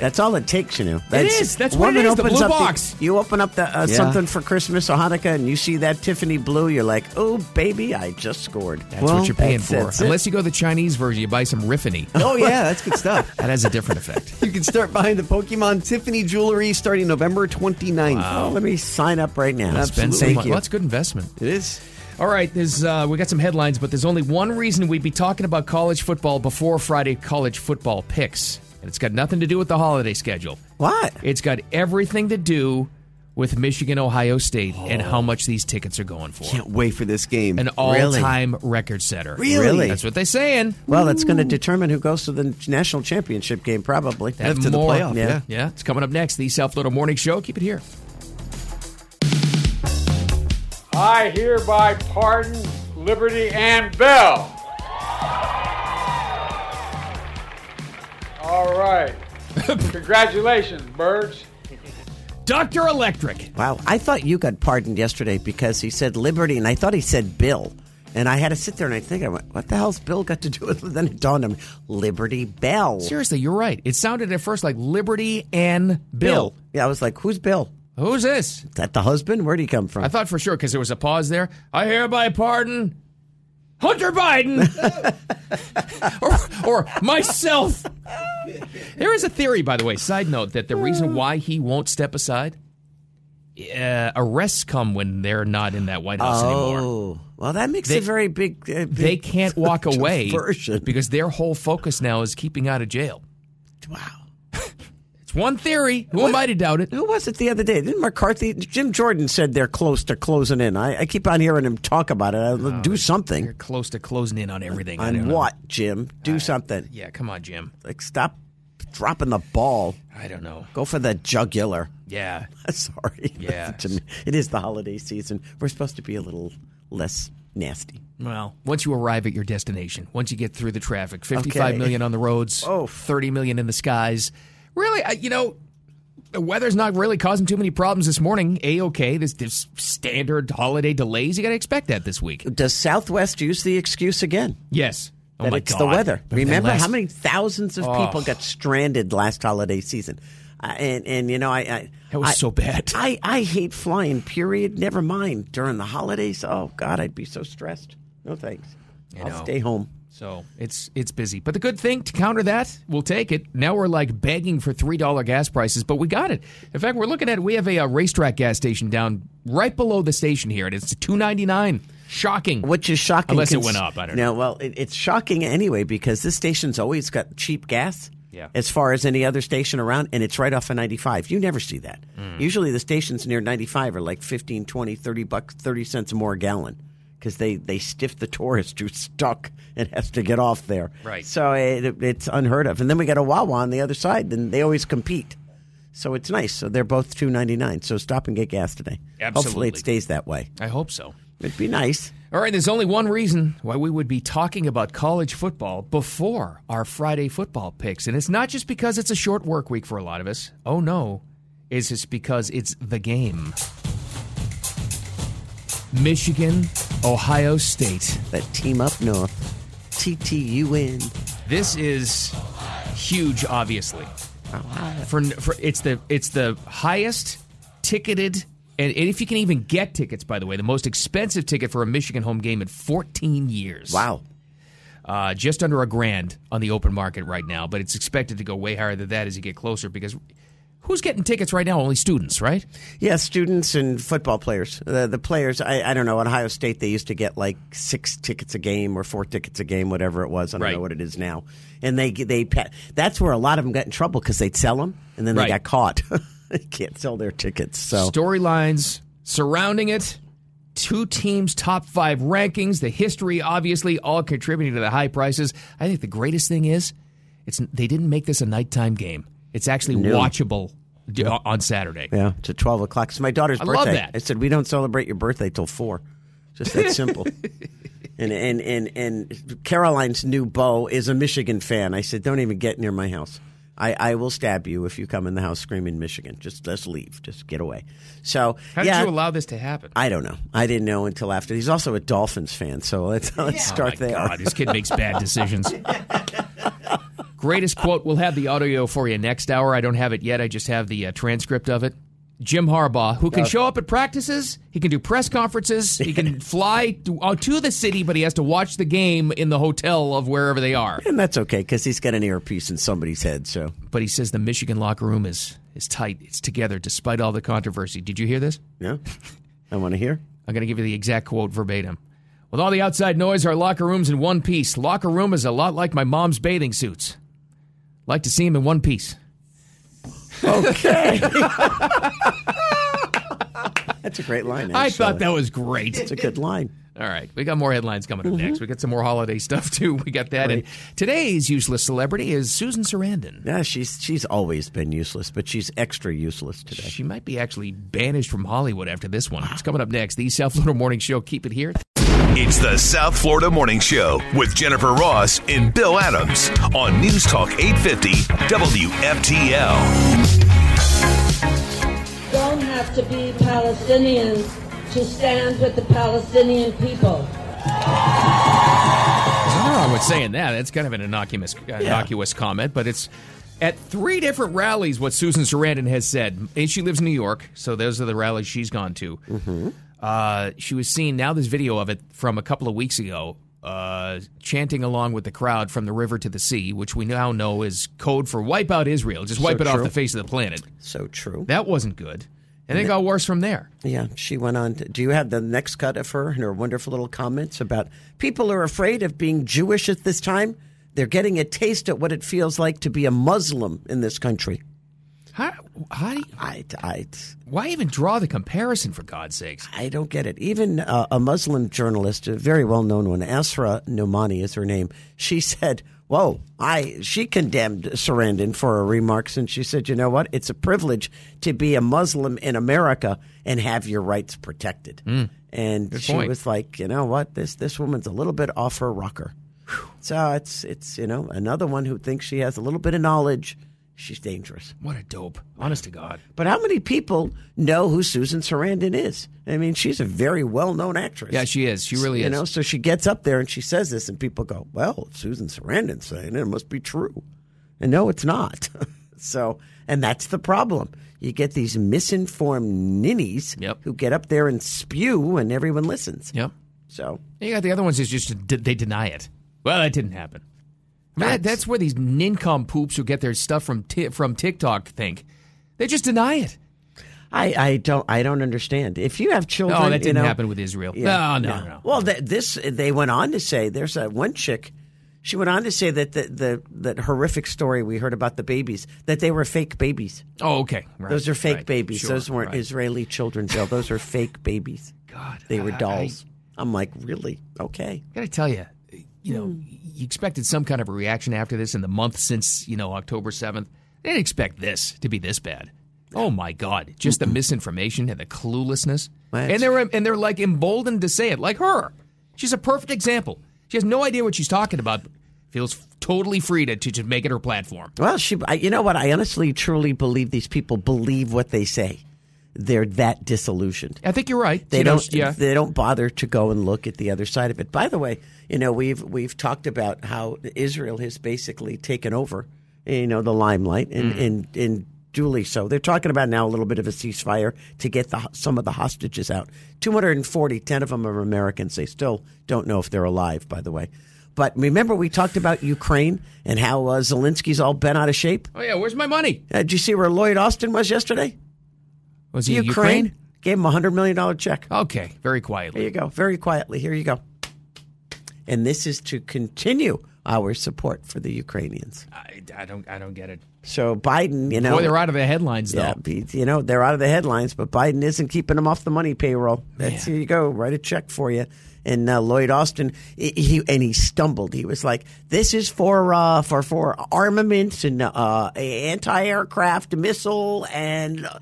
S4: That's all it takes, you know. That's,
S3: is. That's what it
S4: woman
S3: is, the
S4: opens
S3: blue
S4: up
S3: box.
S4: you open up the, uh,
S5: Yeah.
S4: something for Christmas or Hanukkah, and you see that Tiffany blue. You're like, "Oh, baby, I just scored."
S3: That's what you're paying
S4: that's-
S3: for.
S4: that's it.
S3: Unless you go the Chinese version, you buy some Riffany.
S5: Oh yeah, that's good stuff.
S3: That has a different effect.
S5: You can start buying the Pokemon Tiffany jewelry starting November 29th.
S4: Oh, let me sign up right now.
S3: Spend
S5: Absolutely.
S3: some
S5: Thank
S3: money.
S5: you.
S3: Well, that's good investment.
S5: It is.
S3: All right, there's uh, we got some headlines, but there's only one reason we'd be talking about college football before Friday college football picks, and it's got nothing to do with the holiday schedule.
S4: What?
S3: It's got everything to do with Michigan Ohio State and how much these tickets are going for.
S5: Oh. Can't wait for this game.
S3: An all-time record setter.
S4: Really? Really?
S3: That's what they're saying.
S4: Well, it's going to determine who goes to the national championship game, probably.
S3: And
S5: to the
S3: more.
S5: playoff, yeah.
S3: yeah. It's coming up next. The South Florida Morning Show. Keep it here.
S6: I hereby pardon Liberty and Bell. All right. Congratulations, birds.
S3: Doctor Electric.
S4: Wow. I thought you got pardoned yesterday because he said Liberty, and I thought he said Bill. And I had to sit there and I think, I went, what the hell's Bill got to do with it? Then it dawned on me, Liberty Bell.
S3: Seriously, you're right. It sounded at first like Liberty and Bill.
S4: Yeah, I was like, who's Bill?
S3: Who's this?
S4: Is that the husband? Where'd he come from?
S3: I thought for sure because there was a pause there. I hereby pardon Hunter Biden or, or myself. There is a theory, by the way, side note, that the
S4: Hmm.
S3: reason why he won't step aside, uh, arrests come when they're not in that White House anymore.
S4: oh, well, that makes
S3: They-
S4: a very big. Uh, big
S3: They can't walk away
S4: Diversion.
S3: because their whole focus now is keeping out of jail.
S4: wow.
S3: It's one theory. Who am I to doubt it?
S4: Who was it the other day? Didn't McCarthy? Jim Jordan said they're close to closing in. I, I keep on hearing him talk about it. I, do something.
S3: Oh, You're close to closing in on everything. I don't
S4: On
S3: know.
S4: what, Jim? Do something.
S3: Yeah, come on, Jim.
S4: Like, stop dropping the ball.
S3: I don't know.
S4: Go for the jugular.
S3: Yeah.
S4: Sorry.
S3: Yeah.
S4: To me, It is the holiday season. We're supposed to be a little less nasty.
S3: Well, once you arrive at your destination, once you get through the traffic, fifty-five million
S4: Okay.
S3: on the roads,
S4: Oh.
S3: 30 million in the skies. Really, I, you know, the weather's not really causing too many problems this morning. A okay, this, this standard holiday delays. You got to expect that this week.
S4: Does Southwest use the excuse again?
S3: Yes. Oh
S4: that
S3: my
S4: it's
S3: God.
S4: the weather.
S3: But then
S4: Remember
S3: last-
S4: how many thousands of people got stranded last holiday season? Uh, and and you know I, I
S3: That was
S4: I-
S3: so bad.
S4: I I hate flying. Period. Never mind during the holidays. Oh God, I'd be so stressed. No thanks.
S3: You
S4: I'll
S3: know.
S4: stay home.
S3: So it's it's busy. But the good thing to counter that, we'll take it. Now we're like begging for three dollar gas prices, but we got it. In fact, we're looking at we have a, uh racetrack gas station down right below the station here, and it's two ninety nine. Shocking.
S4: Which is shocking.
S3: Unless it
S4: cons-
S3: went up, I don't
S4: no, well, it, it's shocking anyway because this station's always got cheap gas.
S3: Yeah.
S4: As far as any other station around, and it's right off of 95. You never see that.
S3: Mm.
S4: Usually the stations near 95 are like 15, 20, 30 bucks, 30 cents more a gallon because they, they stiff the tourist who's stuck and has to get off there.
S3: Right.
S4: So it, it's unheard of. And then we got a Wawa on the other side, and they always compete. So it's nice. So they're both 2.99. So stop and get gas today. Hopefully
S3: Absolutely.
S4: it stays that way.
S3: I hope so.
S4: It'd be nice.
S3: All right, there's only one reason why we would be talking about college football before our Friday football picks. And it's not just because it's a short work week for a lot of us. Oh no, it's just because it's the game. Michigan, Ohio State.
S4: that team up north, TTUN.
S3: This is huge, obviously. For, for it's the it's the highest ticketed, and, and if you can even get tickets, by the way, the most expensive ticket for a Michigan home game in 14 years.
S4: Wow.
S3: uh, just under a grand on the open market right now, but it's expected to go way higher than that as you get closer because who's getting tickets right now? Only students, right?
S4: Yeah, students and football players. The, the players, I, I don't know, at Ohio State, they used to get like six tickets a game or four tickets a game, whatever it was. I don't
S3: Right.
S4: know what it is now. And they, they pa- that's where a lot of them got in trouble because they'd sell them and then
S3: Right.
S4: they got caught. they can't sell their tickets. So,
S3: Storylines surrounding it, two teams' top five rankings, the history, obviously, all contributing to the high prices. I think the greatest thing is it's they didn't make this a nighttime game. It's actually watchable d- on Saturday.
S4: yeah, to 12 o'clock. It's my daughter's
S3: I
S4: birthday.
S3: love that.
S4: I said, we don't celebrate your birthday till four. Just that simple. And, and, and, and Caroline's new beau is a Michigan fan. I said, don't even get near my house. I, I will stab you if you come in the house screaming Michigan. Just let's leave. Just get away. So
S3: How did
S4: yeah,
S3: you allow this to happen?
S4: I don't know. I didn't know until after. He's also a Dolphins fan, so let's let's start
S3: Oh, my
S4: there.
S3: God, this kid makes bad decisions. Greatest quote. We'll have the audio for you next hour. I don't have it yet. I just have the uh, transcript of it. Jim Harbaugh, who can show up at practices, he can do press conferences, he can fly to, uh, to the city, but he has to watch the game in the hotel of wherever they are.
S4: And that's okay because he's got an earpiece in somebody's head. So
S3: But he says the Michigan locker room is is tight. It's together despite all the controversy. Did you hear this?
S4: yeah, I want to hear.
S3: I'm going to give you the exact quote verbatim. With all the outside noise, our locker room's in one piece. Locker room is a lot like my mom's bathing suits. Like to see him in one piece.
S4: That's a great line.
S3: I
S4: actually.
S3: thought that was great.
S4: It's a good line.
S3: All right, we got more headlines coming up next. We got some more holiday stuff too. We got that. And today's useless celebrity is Susan Sarandon.
S4: Yeah, she's she's always been useless, but she's extra useless today.
S3: She might be actually banished from Hollywood after this one. It's coming up next. The South Florida Morning Show. Keep it here.
S1: It's the South Florida Morning Show with Jennifer Ross and Bill Adams on News Talk 850 WFTL.
S8: don't have to be Palestinians to stand with the Palestinian people.
S3: There's nothing wrong Ah, with saying that. That's kind of an innocuous, innocuous comment, but it's at three different rallies what Susan Sarandon has said. And she lives in New York, so those are the rallies she's gone to. Uh, she was seen, now there's video of it from a couple of weeks ago, uh, chanting along with the crowd from the river to the sea, which we now know is code for wipe out Israel, just wipe it off
S4: true.
S3: the face of the planet.
S4: So true.
S3: That wasn't good. And it got worse from there.
S4: Yeah, she went on. To, do you have the next cut of her and her wonderful little comments about people are afraid of being Jewish at this time? They're getting a taste of what it feels like to be a Muslim in this country.
S3: How, how do you,
S4: I, I,
S3: why even draw the comparison, for God's sakes?
S4: I don't get it. Even uh, a Muslim journalist, a very well known one, Asra Nomani is her name. She said, "Whoa!" I she condemned Sarandon for her remarks, and she said, "You know what? It's a privilege to be a Muslim in America and have your rights protected." And she
S3: point.
S4: was like, "You know what? This this woman's a little bit off her rocker." So it's it's you know another one who thinks she has a little bit of knowledge. She's dangerous.
S3: What a dope. Honest to God.
S4: But how many people know who Susan Sarandon is? I mean, she's a very well-known actress.
S3: Yeah, she is. She really
S4: you
S3: is.
S4: know, so she gets up there and she says this, and people go, "Well, if Susan Sarandon's saying it, it must be true," and no, it's not. so, and that's the problem. You get these misinformed ninnies
S3: Yep.
S4: who get up there and spew, and everyone listens.
S3: Yep.
S4: So,
S3: You got the other ones is just d- they deny it. Well, that didn't happen. That, that's where these nincompoops who get their stuff from ti- from TikTok think. They just deny it.
S4: I, I don't I don't understand. If you have children,
S3: No, Oh, that didn't
S4: you know,
S3: happen with Israel.
S4: Yeah.
S3: no, no, no.
S4: Well, th- this they went on to say there's a one chick. She went on to say that the, the that horrific story we heard about the babies that they were fake babies.
S3: Oh, okay. Right,
S4: Those are fake
S3: right,
S4: babies.
S3: sure,
S4: Those weren't
S3: right.
S4: Israeli children, Bill. Those are fake babies.
S3: God,
S4: they were
S3: I- I-
S4: dolls. I, am like, really? Okay.
S3: gotta tell you, you
S4: Hmm.
S3: know, you expected some kind of a reaction after this in the month since you know October seventh. They didn't expect this to be this bad. Oh my God! Just the misinformation and the cluelessness,
S4: Right.
S3: and they're and they're like emboldened to say it, like her. She's a perfect example. She has no idea what she's talking about. but Feels totally free to, to just make it her platform.
S4: Well, she. I, you know what? I honestly, truly believe these people believe what they say. They're that disillusioned.
S3: I think you're right.
S4: They
S3: You know,
S4: don't.
S3: yeah.
S4: They don't bother to go and look at the other side of it. By the way, you know we've we've talked about how Israel has basically taken over, you know, the limelight, and
S3: Mm.
S4: and and duly so. They're talking about now a little bit of a ceasefire to get the, some of the hostages out. 240, 10 of them are Americans. They still don't know if they're alive. By the way, but remember we talked about Ukraine and how uh, Zelensky's all bent out of shape.
S3: oh yeah, where's my money?
S4: Uh, did you see where Lloyd Austin was yesterday?
S3: Was he in
S4: Ukraine,
S3: Ukraine?
S4: gave him a hundred million dollar check.
S3: Okay, very quietly.
S4: There you go. Very quietly. Here you go. And this is to continue our support for the Ukrainians.
S3: I, I don't. I don't get it.
S4: So Biden, you know,
S3: Boy, they're out of the headlines though.
S4: yeah, be- you know, they're out of the headlines, but Biden isn't keeping them off the money payroll. That's here you go. Write a check for you. And uh, Lloyd Austin, he, he and he stumbled. He was like, "This is for uh, for for armaments and uh, anti aircraft missile and." uh,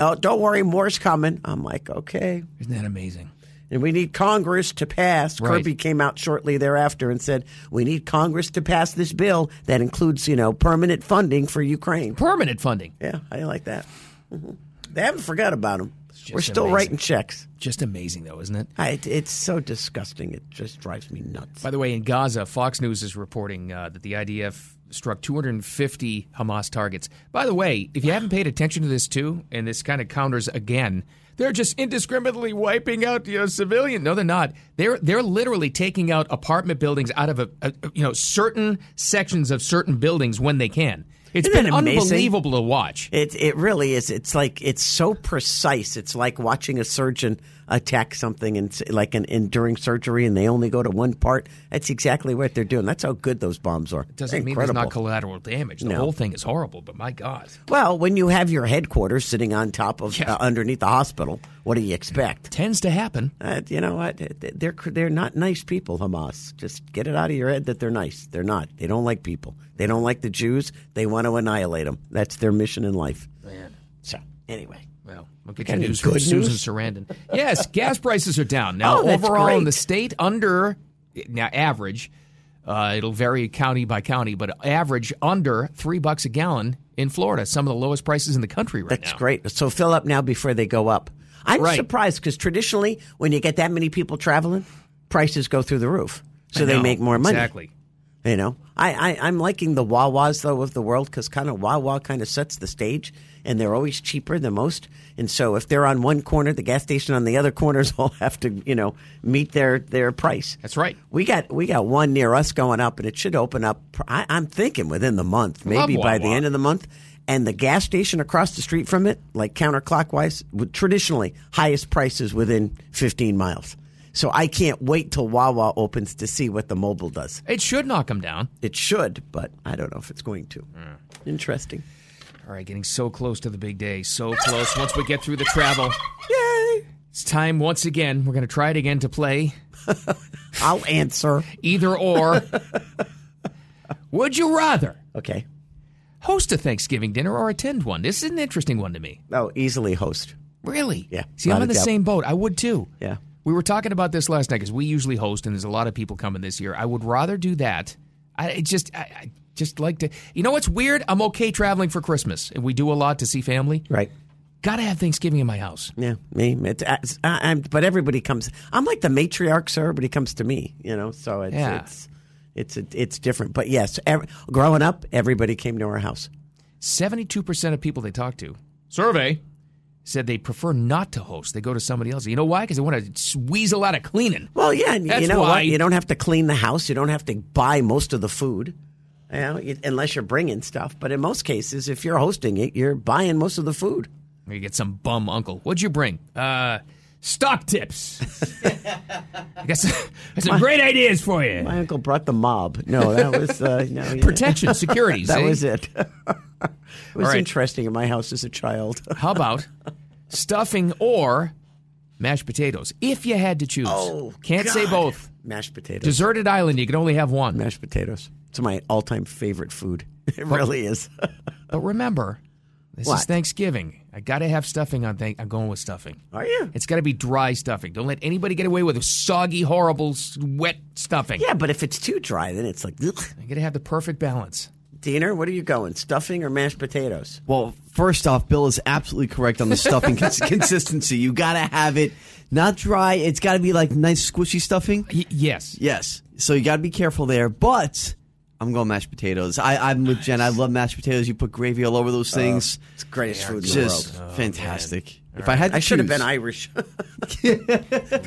S4: Oh, don't worry, more's coming. I'm like, okay,
S3: Isn't that amazing?
S4: and we need Congress to pass.
S3: Right.
S4: Kirby came out shortly thereafter and said, "We need Congress to pass this bill that includes, you know, permanent funding for Ukraine."
S3: Permanent funding.
S4: Yeah, I like that. Mhm. They haven't forgot about them.
S3: just
S4: We're still
S3: amazing.
S4: writing checks.
S3: Just amazing though, isn't it?
S4: I, it, it's so disgusting. It just drives me nuts.
S3: By the way, in Gaza, Fox News is reporting uh, that the IDF struck 250 Hamas targets. By the way, if you haven't paid attention to this too, and this kind of counters again, they're just indiscriminately wiping out you know, civilian. No, they're not. They're they're literally taking out apartment buildings out of a, a you know certain sections of certain buildings when they can. It's
S4: Isn't
S3: been
S4: that amazing?
S3: unbelievable to watch.
S4: It it really is. It's like it's so precise. It's like watching a surgeon attack something and s- like an and during surgery, and they only go to one part. That's exactly what they're doing. That's how good those bombs are.
S3: Doesn't mean there's
S4: Incredible.
S3: not collateral damage. The
S4: No.
S3: whole thing is horrible, but my God.
S4: Well, when you have your headquarters sitting on top of
S3: Yeah.
S4: uh, underneath the hospital, what do you expect?
S3: Tends to happen.
S4: Uh, you know what? They're they're not nice people, Hamas. Just get it out of your head that they're nice. They're not. They don't like people. They don't like the Jews. They want to annihilate them. That's their mission in life. So anyway,
S3: Well, we'll get your
S4: any
S3: news from
S4: good
S3: Susan
S4: news?
S3: Sarandon. Yes, gas prices are down now.
S4: Oh, that's
S3: overall in
S4: great.
S3: the state, under now average, uh, it'll vary county by county, but average under three bucks a gallon in Florida. Some of the lowest prices in the country right
S4: that's
S3: now.
S4: great. So fill up now before they go up. I'm
S3: Right.
S4: surprised because traditionally, when you get that many people traveling, prices go through the roof. So they
S3: No,
S4: make more money.
S3: Exactly.
S4: You know, I, I I'm liking the Wawas though of the world because kind of Wawa kind of sets the stage, and they're always cheaper than most. And so if they're on one corner, the gas station on the other corners all have to you know meet their their price.
S3: That's right.
S4: We got we got one near us going up, and it should open up. I, I'm thinking within the month, maybe
S3: Love
S4: by the
S3: Wawa.
S4: end of the month. And the gas station across the street from it, like counterclockwise, would traditionally highest prices within 15 miles. So I can't wait till Wawa opens to see what the mobile does.
S3: It should knock them down.
S4: It should, but I don't know if it's going to. Interesting.
S3: All right, getting so close to the big day. So close. Once we get through the travel,
S4: Yay!
S3: it's time once again. We're going to try it again to play
S4: I'll answer.
S3: either or. Would you rather
S4: Okay.
S3: host a Thanksgiving dinner or attend one? This is an interesting one to me.
S4: Oh, easily host.
S3: Really?
S4: Yeah,
S3: See,
S4: without
S3: I'm
S4: a
S3: in the
S4: doubt.
S3: same boat. I would too.
S4: Yeah.
S3: We were talking about this last night because we usually host, and there's a lot of people coming this year. I would rather do that. I it just, I, I just like to. You know what's weird? I'm okay traveling for Christmas, and we do a lot to see family.
S4: Right.
S3: Gotta have Thanksgiving in my house.
S4: Yeah, me. It's, I, I'm, but everybody comes. I'm like the matriarch, so everybody comes to me. You know, so it's
S3: Yeah.
S4: it's it's a, it's different. But yes, ev growing up, everybody came to our house.
S3: Seventy-two percent of people they talk to survey said they prefer not to host. They go to somebody else. You know why? Because they want to weasel out of cleaning.
S4: Well, yeah, and
S3: That's
S4: you know
S3: why.
S4: what? You don't have to clean the house. You don't have to buy most of the food, you know, you- unless you're bringing stuff. But in most cases, if you're hosting it, you're buying most of the food.
S3: You get some bum uncle. What'd you bring? Uh, stock tips. I got some, I got some great ideas for you.
S4: My uncle brought the mob. No, that was uh, no, yeah.
S3: Protection, security.
S4: That
S3: see?
S4: was it. it was
S3: right.
S4: interesting in my house as a child.
S3: How about stuffing or mashed potatoes? If you had to choose.
S4: Oh,
S3: Can't say
S4: God.
S3: both.
S4: Mashed potatoes.
S3: Deserted island, you can only have one.
S4: Mashed potatoes. It's my all-time favorite food. It really is.
S3: But remember, this is
S4: What?
S3: Thanksgiving. I got to have stuffing on thank I'm going with stuffing.
S4: Are you?
S3: It's got to be dry stuffing. Don't let anybody get away with soggy, horrible, s- wet stuffing.
S4: Yeah, but if it's too dry, then it's like ugh.
S3: You got to have the perfect balance.
S4: Diener, what are you going? Stuffing or mashed potatoes?
S5: Well, first off, Bill is absolutely correct on the stuffing cons- consistency. You got to have it not dry. It's got to be like nice squishy stuffing.
S3: Y- yes.
S5: Yes. So you got to be careful there. But I'm going mashed potatoes. I, I'm with Jen. I love mashed potatoes. You put gravy all over those things.
S4: It's the greatest food in the world.
S5: Just fantastic. If I had, to
S4: I should have
S5: choose-
S4: been Irish. for as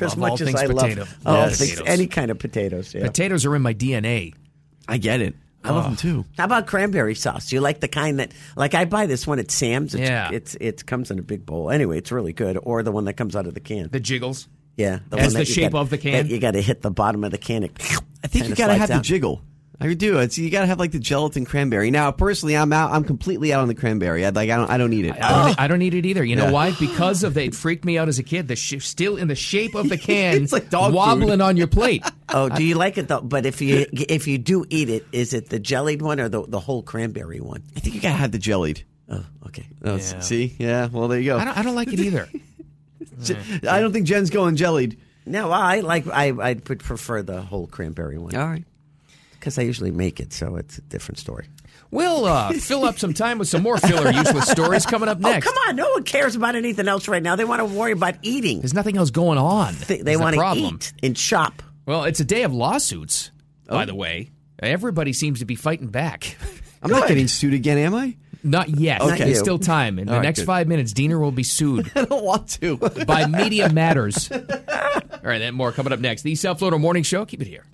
S3: Love all
S4: much as
S3: things
S4: I
S3: potato.
S4: love all
S3: Yes.
S4: things,
S3: Potatoes.
S4: any kind of potatoes. Yeah.
S3: Potatoes are in my DNA.
S5: I get it. I love them too.
S4: How about cranberry sauce? You like the kind that, like, I buy this one at Sam's. It's,
S3: Yeah.
S4: it's it comes in a big bowl. Anyway, it's really good. Or the one that comes out of the can.
S3: The jiggles.
S4: yeah, the
S3: That's
S4: one
S3: the
S4: that you
S3: shape
S4: got-
S3: of the can?
S4: that you got to hit the bottom of the can. It
S5: I think you gotta have the jiggle. I do. It's you gotta have like the gelatin cranberry. Now, personally, I'm out. I'm completely out on the cranberry. I like. I don't. I don't need it.
S3: I don't, I don't need it either. You know
S5: Yeah.
S3: why? Because of they freaked me out as a kid. The sh- still in the shape of the can,
S5: It's like dog
S3: wobbling
S5: food.
S3: on your plate.
S4: Oh, do you like it though? But if you if you do eat it, is it the jellied one or the the whole cranberry one?
S5: I think you gotta have the jellied.
S4: Oh, okay.
S5: Oh, s- See, yeah. Well, there you go.
S3: I don't, I don't like it either.
S5: I don't think Jen's going jellied.
S4: No, I like I I would prefer the whole cranberry one.
S5: right.
S4: because I usually make it, so it's a different story.
S3: We'll uh, fill up some time with some more filler useless stories coming up next.
S4: Oh, come on! No one cares about anything else right now. They want to worry about eating.
S3: There's nothing else going on.
S4: They,
S3: is
S4: they
S3: the
S4: want to
S3: problem.
S4: eat and shop.
S3: Well, it's a day of lawsuits, by the way. Everybody seems to be fighting back.
S5: I'm not getting sued again, am I?
S3: Not yet.
S4: Not
S3: There's
S4: you.
S3: still time. In the
S5: All right,
S3: next
S5: good.
S3: five minutes, Diener will be sued
S5: I don't want to.
S3: by Media Matters. All right, then more coming up next. The South Florida Morning Show. Keep it here.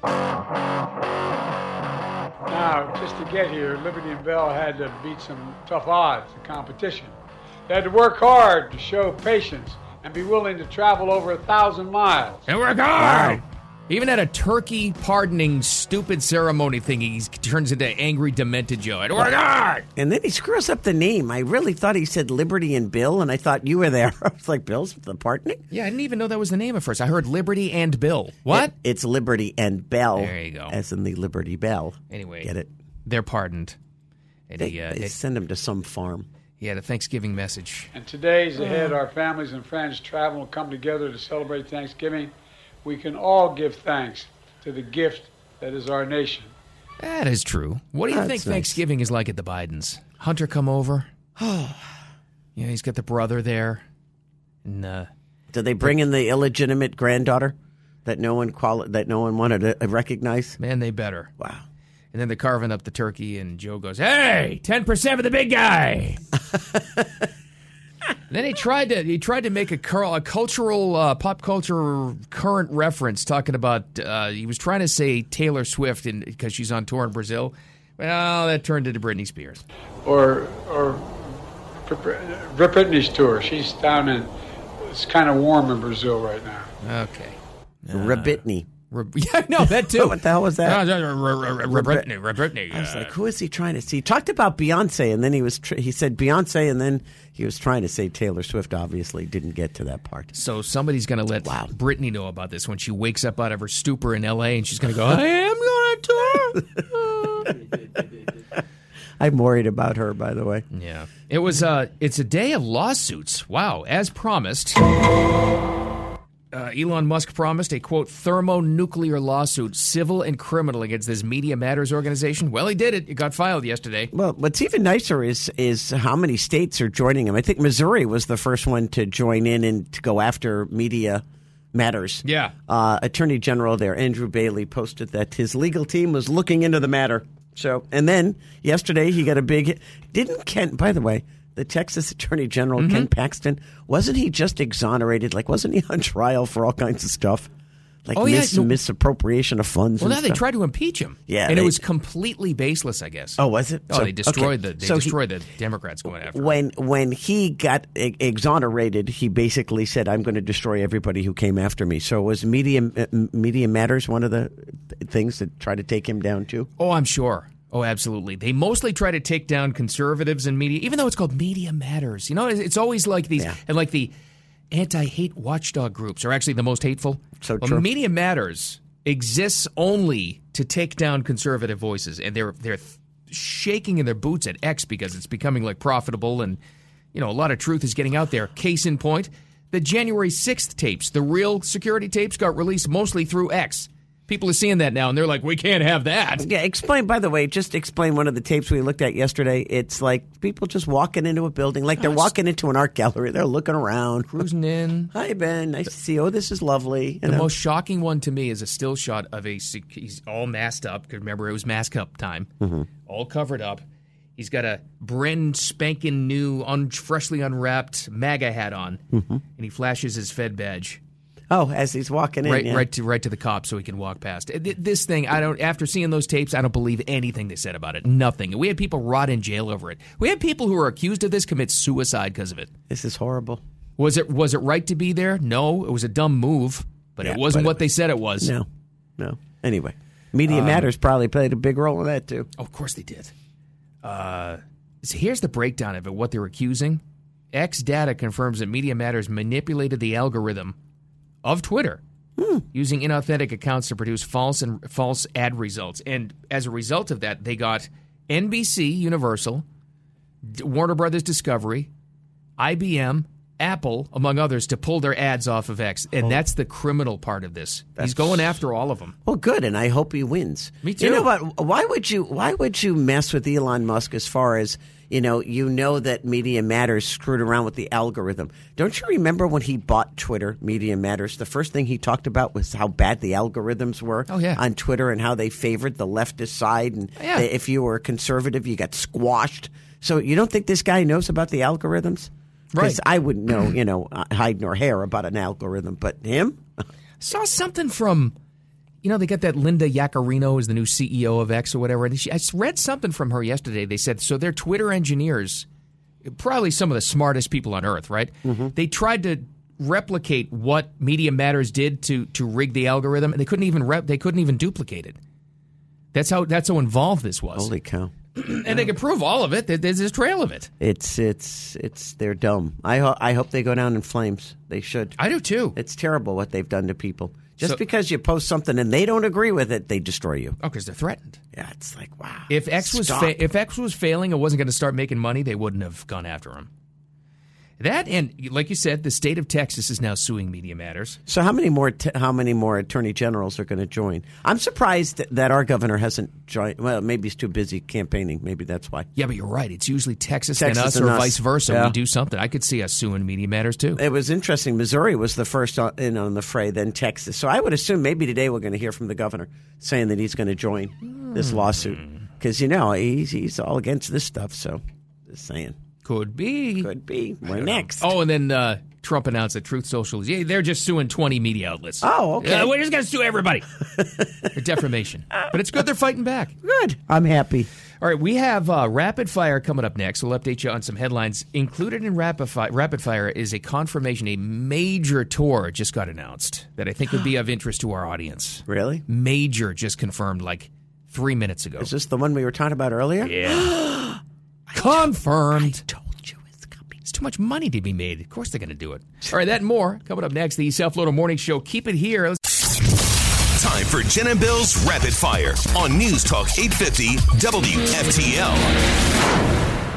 S6: Now, just to get here, Liberty and Bell had to beat some tough odds, the competition. They had to work hard to show patience and be willing to travel over a thousand miles.
S3: And we're gone. Even at a turkey pardoning stupid ceremony thing, he turns into angry demented Joe. And we're gone.
S4: And then he screws up the name. I really thought he said Liberty and Bill, and I thought you were there. I was like, Bill's the partner?
S3: Yeah, I didn't even know that was the name at first. I heard Liberty and Bill. What?
S4: It- it's Liberty and Bell.
S3: There you go.
S4: As in the Liberty Bell.
S3: Anyway,
S4: Get it?
S3: They're pardoned. And
S4: They,
S3: he, uh,
S4: they send him to some farm.
S3: he had a Thanksgiving message.
S6: And today's ahead, our families and friends travel and come together to celebrate Thanksgiving. We can all give thanks to the gift that is our nation.
S3: That is true. What do you
S4: That's
S3: think
S4: nice.
S3: Thanksgiving is like at the Bidens? Hunter come over. you know, he's got the brother there. And uh,
S4: Do they bring in the illegitimate granddaughter that no one quali- that no one wanted to recognize?
S3: man, they better.
S4: Wow.
S3: And then they're carving up the turkey, and Joe goes, "Hey, ten percent for the big guy." And then he tried to he tried to make a, cur- a cultural uh, pop culture current reference, talking about uh, he was trying to say Taylor Swift and because she's on tour in Brazil. Well, that turned into Britney Spears.
S6: Or, or Br- Br- Britney's tour. She's down in, it's kind of warm in Brazil right now.
S3: Okay. Uh,
S4: Rabitny.
S3: Re- yeah, no, that too.
S4: What the hell was that?
S3: Uh, uh, re- re- re- Britney, re- Britney.
S4: I was
S3: uh,
S4: like, who is he trying to see? He talked about Beyonce, and then he was tr- he said Beyonce, and then he was trying to say Taylor Swift. Obviously, didn't get to that part.
S3: So somebody's going to let
S4: Wow.
S3: Brittany know about this when she wakes up out of her stupor in L.A. and she's going to go, "I am going to tour." Uh,
S4: I'm worried about her, by the way.
S3: yeah, it was. Uh, it's a day of lawsuits. Wow, as promised. Uh, Elon Musk promised a quote thermonuclear lawsuit, civil and criminal, against this Media Matters organization. Well, he did it. It got filed yesterday.
S4: Well, what's even nicer is is how many states are joining him. I think Missouri was the first one to join in and to go after media matters.
S3: Yeah.
S4: Uh, Attorney General there, Andrew Bailey, posted that his legal team was looking into the matter. So, and then yesterday he got a big. Didn't Kent? By the way, the Texas Attorney General
S3: Mm-hmm.
S4: Ken Paxton? Wasn't he just exonerated? Like, wasn't he on trial for all kinds of stuff? Like
S3: Oh, yeah,
S4: mis-
S3: no-
S4: misappropriation of funds.
S3: Well,
S4: and
S3: now they
S4: stuff?
S3: tried to impeach him.
S4: Yeah,
S3: and
S4: they-
S3: it was completely baseless, I guess.
S4: Oh, was it?
S3: Oh,
S4: So-
S3: they destroyed
S4: okay.
S3: the they
S4: So he-
S3: destroyed the Democrats going after. him.
S4: when when he got e- exonerated, he basically said, "I'm going to destroy everybody who came after me." So was media uh, media matters one of the things that try to take him down too?
S3: Oh, I'm sure. Oh, absolutely. They mostly try to take down conservatives and media, even though it's called Media Matters. You know, it's it's always like these,
S4: Yeah.
S3: and like the anti-hate watchdog groups are actually the most hateful.
S4: So
S3: well,
S4: true.
S3: Media Matters exists only to take down conservative voices, and they're they're th- shaking in their boots at X because it's becoming like profitable, and you know, a lot of truth is getting out there. Case in point, the January sixth tapes, the real security tapes, got released mostly through X. People are seeing that now, and they're like, "We can't have that."
S4: Yeah, explain. By the way, just explain one of the tapes we looked at yesterday. It's like people just walking into a building, like they're walking into an art gallery. They're looking around.
S3: cruising in.
S4: Hi, Ben. Nice to see you. Oh, this is lovely. You
S3: The
S4: know?
S3: most shocking one to me is a still shot of a sec- he's all masked up. 'cause Remember, it was mask up time,
S4: Mm-hmm.
S3: all covered up. He's got a brand spanking new, un- freshly unwrapped MAGA hat on,
S4: Mm-hmm.
S3: and he flashes his Fed badge
S4: oh, as he's walking in,
S3: right,
S4: yeah.
S3: right to right to the cop so he can walk past. Uh, th- This thing, I don't. After seeing those tapes, I don't believe anything they said about it. Nothing. We had people rot in jail over it. We had people who were accused of this commit suicide because of it.
S4: This is horrible.
S3: Was it was it right to be there? No, it was a dumb move, but
S4: Yeah,
S3: it wasn't
S4: but
S3: what they said it was.
S4: No, no. Anyway,
S3: Um,
S4: media matters probably played a big role in that too.
S3: Oh, of course they did. Uh, so here's the breakdown of it, what they're accusing. X data confirms that Media Matters manipulated the algorithm of Twitter using inauthentic accounts to produce false and false ad results. And as a result of that, they got NBC Universal, D- Warner Brothers Discovery, IBM, Apple, among others, to pull their ads off of X. And that's the criminal part of this. He's going after all of them.
S4: Well, good, and I hope he wins.
S3: Me
S4: You know
S3: too.
S4: what? Why would you? Why would you mess with Elon Musk as far as you know? You know that Media Matters screwed around with the algorithm. Don't you remember when he bought Twitter? Media Matters. The first thing he talked about was how bad the algorithms were
S3: Oh, yeah. Oh,
S4: on Twitter and how they favored the leftist side, and
S3: Yeah.
S4: that if you were a conservative, you got squashed. So you don't think this guy knows about the algorithms? Because
S3: Right.
S4: I wouldn't know, you know, hide nor hair about an algorithm, but him.
S3: saw something from you know they got that linda Yaccarino is the new ceo of x or whatever and she, i read something from her yesterday they said so their twitter engineers probably some of the smartest people on earth right they tried to replicate what media matters did to to rig the algorithm and they couldn't even rep they couldn't even duplicate it that's how that's how involved this was
S4: Holy cow!
S3: and they could prove all of it There- there's this trail of it
S4: It's it's it's they're dumb. I ho- I hope they go down in flames. They should.
S3: i do too
S4: It's terrible what they've done to people. Just
S3: So-
S4: because you post something and they don't agree with it, they destroy you.
S3: oh because they're threatened
S4: Yeah, it's like wow.
S3: If X was
S4: Stop.
S3: fa- if X was failing and wasn't going to start making money, they wouldn't have gone after him. That and like you said, the state of Texas is now suing Media Matters.
S4: so how many more t- how many more attorney generals are going to join? I'm surprised that our governor hasn't joined. Well, maybe he's too busy campaigning. Maybe that's why.
S3: Yeah, but you're right. It's usually Texas, and us,
S4: Texas and
S3: or
S4: us.
S3: vice versa.
S4: Yeah.
S3: We do something. I could see us suing Media Matters too.
S4: It was interesting. Missouri was the first on, in on the fray, then Texas. So I would assume maybe today we're going to hear from the governor saying that he's going to join
S3: Hmm.
S4: this lawsuit because you know he's he's all against this stuff. So just saying,
S3: Could be.
S4: could be we're next.
S3: Oh, and then uh, Trump announced that Truth Social is yeah, they're just suing 20 media outlets.
S4: Oh, okay.
S3: Yeah, we're just going to sue everybody for defamation. But it's good they're fighting back.
S4: good. I'm happy.
S3: All right, we have uh, rapid fire coming up next. We'll update you on some headlines. Included in rapid, fi- rapid fire is a confirmation a major tour just got announced that I think would be of interest to our audience.
S4: Really?
S3: Major just confirmed like three minutes ago.
S4: Is this the one we were talking about earlier?
S3: yeah, confirmed.
S4: Told you it's coming.
S3: It's too much money to be made. Of course they're going to do it. All right, that and more coming up next. The South Florida Morning Show. Keep it here.
S1: Time for Jen and Bill's Rapid Fire on News Talk 850 WFTL.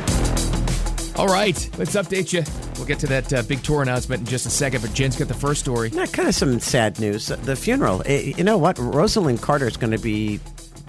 S3: All right, let's update you. We'll get to that uh, big tour announcement in just a second. But Jen's got the first story.
S4: Not kind of some sad news. The funeral. Eh, you know what? Rosalind Carter is going to be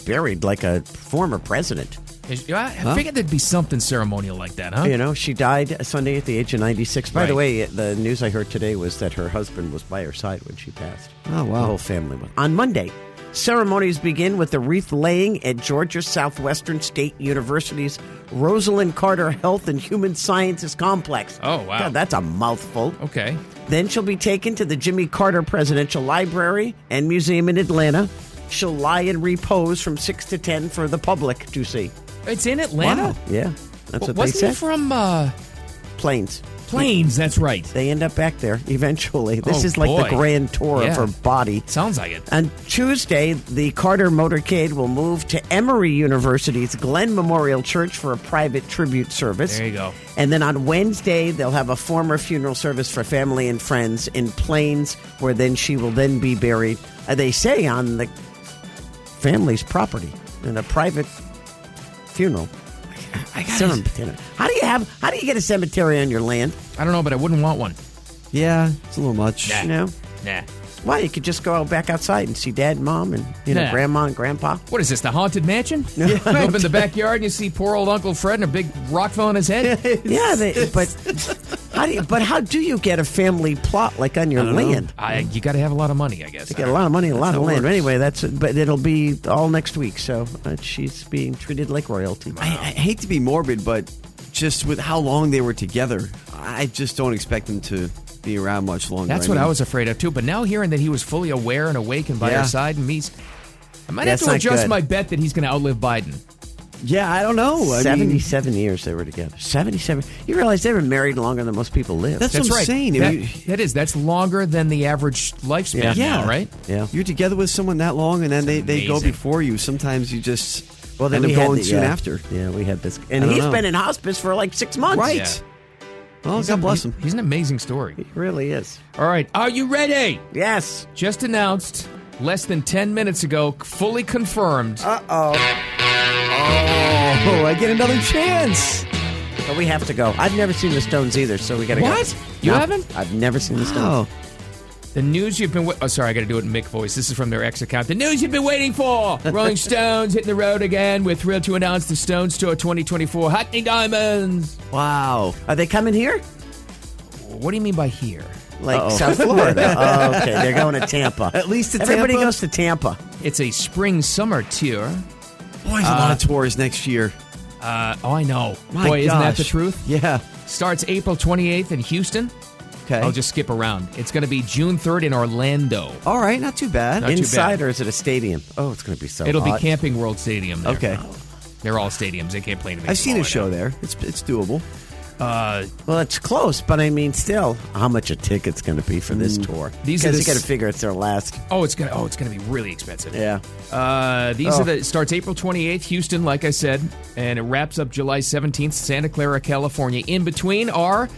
S4: buried like a former president.
S3: Is- I I figured there'd be something ceremonial like that, huh?
S4: You know, she died Sunday at the age of 96. By the
S3: Oh. Right.
S4: way, the news I heard today was that her husband was by her side when she passed.
S5: Oh, wow.
S4: The whole family was. On Monday, Ceremonies begin with the wreath laying at Georgia Southwestern State University's Rosalind Carter Health and Human Sciences Complex.
S3: Oh, wow. Oh.
S4: God, that's a mouthful.
S3: Okay.
S4: Then she'll be taken to the Jimmy Carter Presidential Library and Museum in Atlanta. She'll lie in repose from 6 to 10 for the public to see.
S3: It's in Atlanta.
S4: Wow. Yeah. That's
S3: Well,
S4: what they
S3: wasn't
S4: said.
S3: he from uh,
S4: Planes.
S3: Plains? That's right.
S4: They end up back there eventually. This
S3: Oh,
S4: is like the
S3: boy.
S4: grand tour
S3: Yeah.
S4: of her body.
S3: Sounds like it.
S4: On Tuesday, the Carter motorcade will move to Emory University's Glenn Memorial Church for a private tribute service.
S3: There you go.
S4: And then on Wednesday, they'll have a former funeral service for family and friends in Plains, where then she will then be buried. uh, they say on the family's property in a private funeral.
S3: I, gotta,
S4: Cemetery. How do you have? How do you get a cemetery on your land?
S3: I don't know, but I wouldn't want one.
S5: Yeah, it's a little much.
S3: Eh.
S4: You know.
S3: Nah.
S4: Why you could just go out back outside and see dad, and mom, and you know
S3: Nah.
S4: grandma and grandpa.
S3: What is this, the haunted mansion? You Up in the backyard and you see poor old Uncle Fred and a big rock fell on his head?
S4: Yeah, they, but how do you, but how do you get a family plot like on your land?
S3: I, you got to have a lot of money, I guess.
S4: You get a lot of money, a lot
S5: how
S4: of
S5: it
S4: land.
S5: works.
S4: Anyway, that's but it'll be all next week, so uh, she's being treated like royalty.
S5: I, I hate to be morbid, but just with how long they were together, I just don't expect them to be around much longer.
S3: That's what
S5: mean,
S3: I was afraid of, too. But now hearing that he was fully aware and awake and by
S5: Yeah.
S3: our side, and he's. I might
S4: That's
S3: have to
S4: not
S3: adjust
S4: good.
S3: my bet that he's going to outlive Biden.
S5: Yeah, I don't know. Oh, I mean,
S4: Seventy-seven years they were together. Seventy-seven. You realize they were married longer than most people live.
S5: That's-
S3: That's
S5: what I'm
S3: right.
S5: saying.
S3: That-
S5: You-
S3: that is. That's longer than the average lifespan
S4: Yeah.
S3: now,
S5: Yeah.
S3: right?
S4: yeah.
S5: You're together with someone that long, and then they, they go
S3: amazing.
S5: before you. Sometimes you just
S4: Well, then
S5: end up
S4: we had
S5: going
S4: the-
S5: soon
S4: yeah.
S5: after.
S4: Yeah, we had this,
S5: I
S4: and
S5: don't
S4: he's
S5: know.
S4: been in hospice for like six months.
S5: Right. Oh,
S3: He's
S5: God
S3: a-
S5: bless him.
S3: He's an amazing story.
S4: He really is.
S3: All right. Are you ready?
S4: Yes.
S3: Just announced less than 10 minutes ago, fully confirmed.
S5: Oh, I get another chance.
S4: But we have to go. I've never seen the Stones either, so we gotta go.
S3: What? You haven't?
S4: I've never seen the
S5: Oh,
S4: Stones.
S3: The news you've been wa- oh sorry I got to do it in Mick voice. This is from their ex account. The news you've been waiting for. Rolling Stones hitting the road again. We're thrilled to announce the Stones tour 2024. Hackney Diamonds.
S5: wow.
S4: Are they coming here?
S3: What do you mean by here?
S4: Like South Florida. oh, okay, they're going to Tampa.
S5: At least to
S4: Everybody
S5: Tampa?
S4: goes to Tampa.
S3: It's a spring summer tour.
S5: Boy, there's a lot of Uh, tours next year.
S3: Uh, oh, I know.
S5: My
S3: Boy, isn't that
S5: gosh.
S3: the truth?
S5: Yeah.
S3: Starts April 28th in Houston.
S5: Okay.
S3: I'll Oh, just skip around. It's going to be June 3rd in Orlando.
S5: All right, not too bad.
S3: Not too
S4: Inside,
S3: bad.
S4: or is it a stadium? Oh, it's going to be so
S3: It'll
S4: hot.
S3: be Camping World Stadium. There.
S5: Okay.
S3: They're all stadiums. They can't play anything.
S5: I've seen
S3: smaller
S5: a show
S3: now.
S5: there. It's it's doable.
S4: Well, it's close, but I mean, still, how much a ticket's going to be for this
S5: Mm.
S4: tour?
S3: These are
S4: Because
S3: the
S4: you got
S3: s-
S4: to figure it's their last.
S3: Oh, it's gonna. Oh, it's gonna be really expensive.
S4: Yeah.
S3: Uh, these
S4: Oh.
S3: are the starts April 28th, Houston, like I said, and it wraps up July 17th, Santa Clara, California. In between are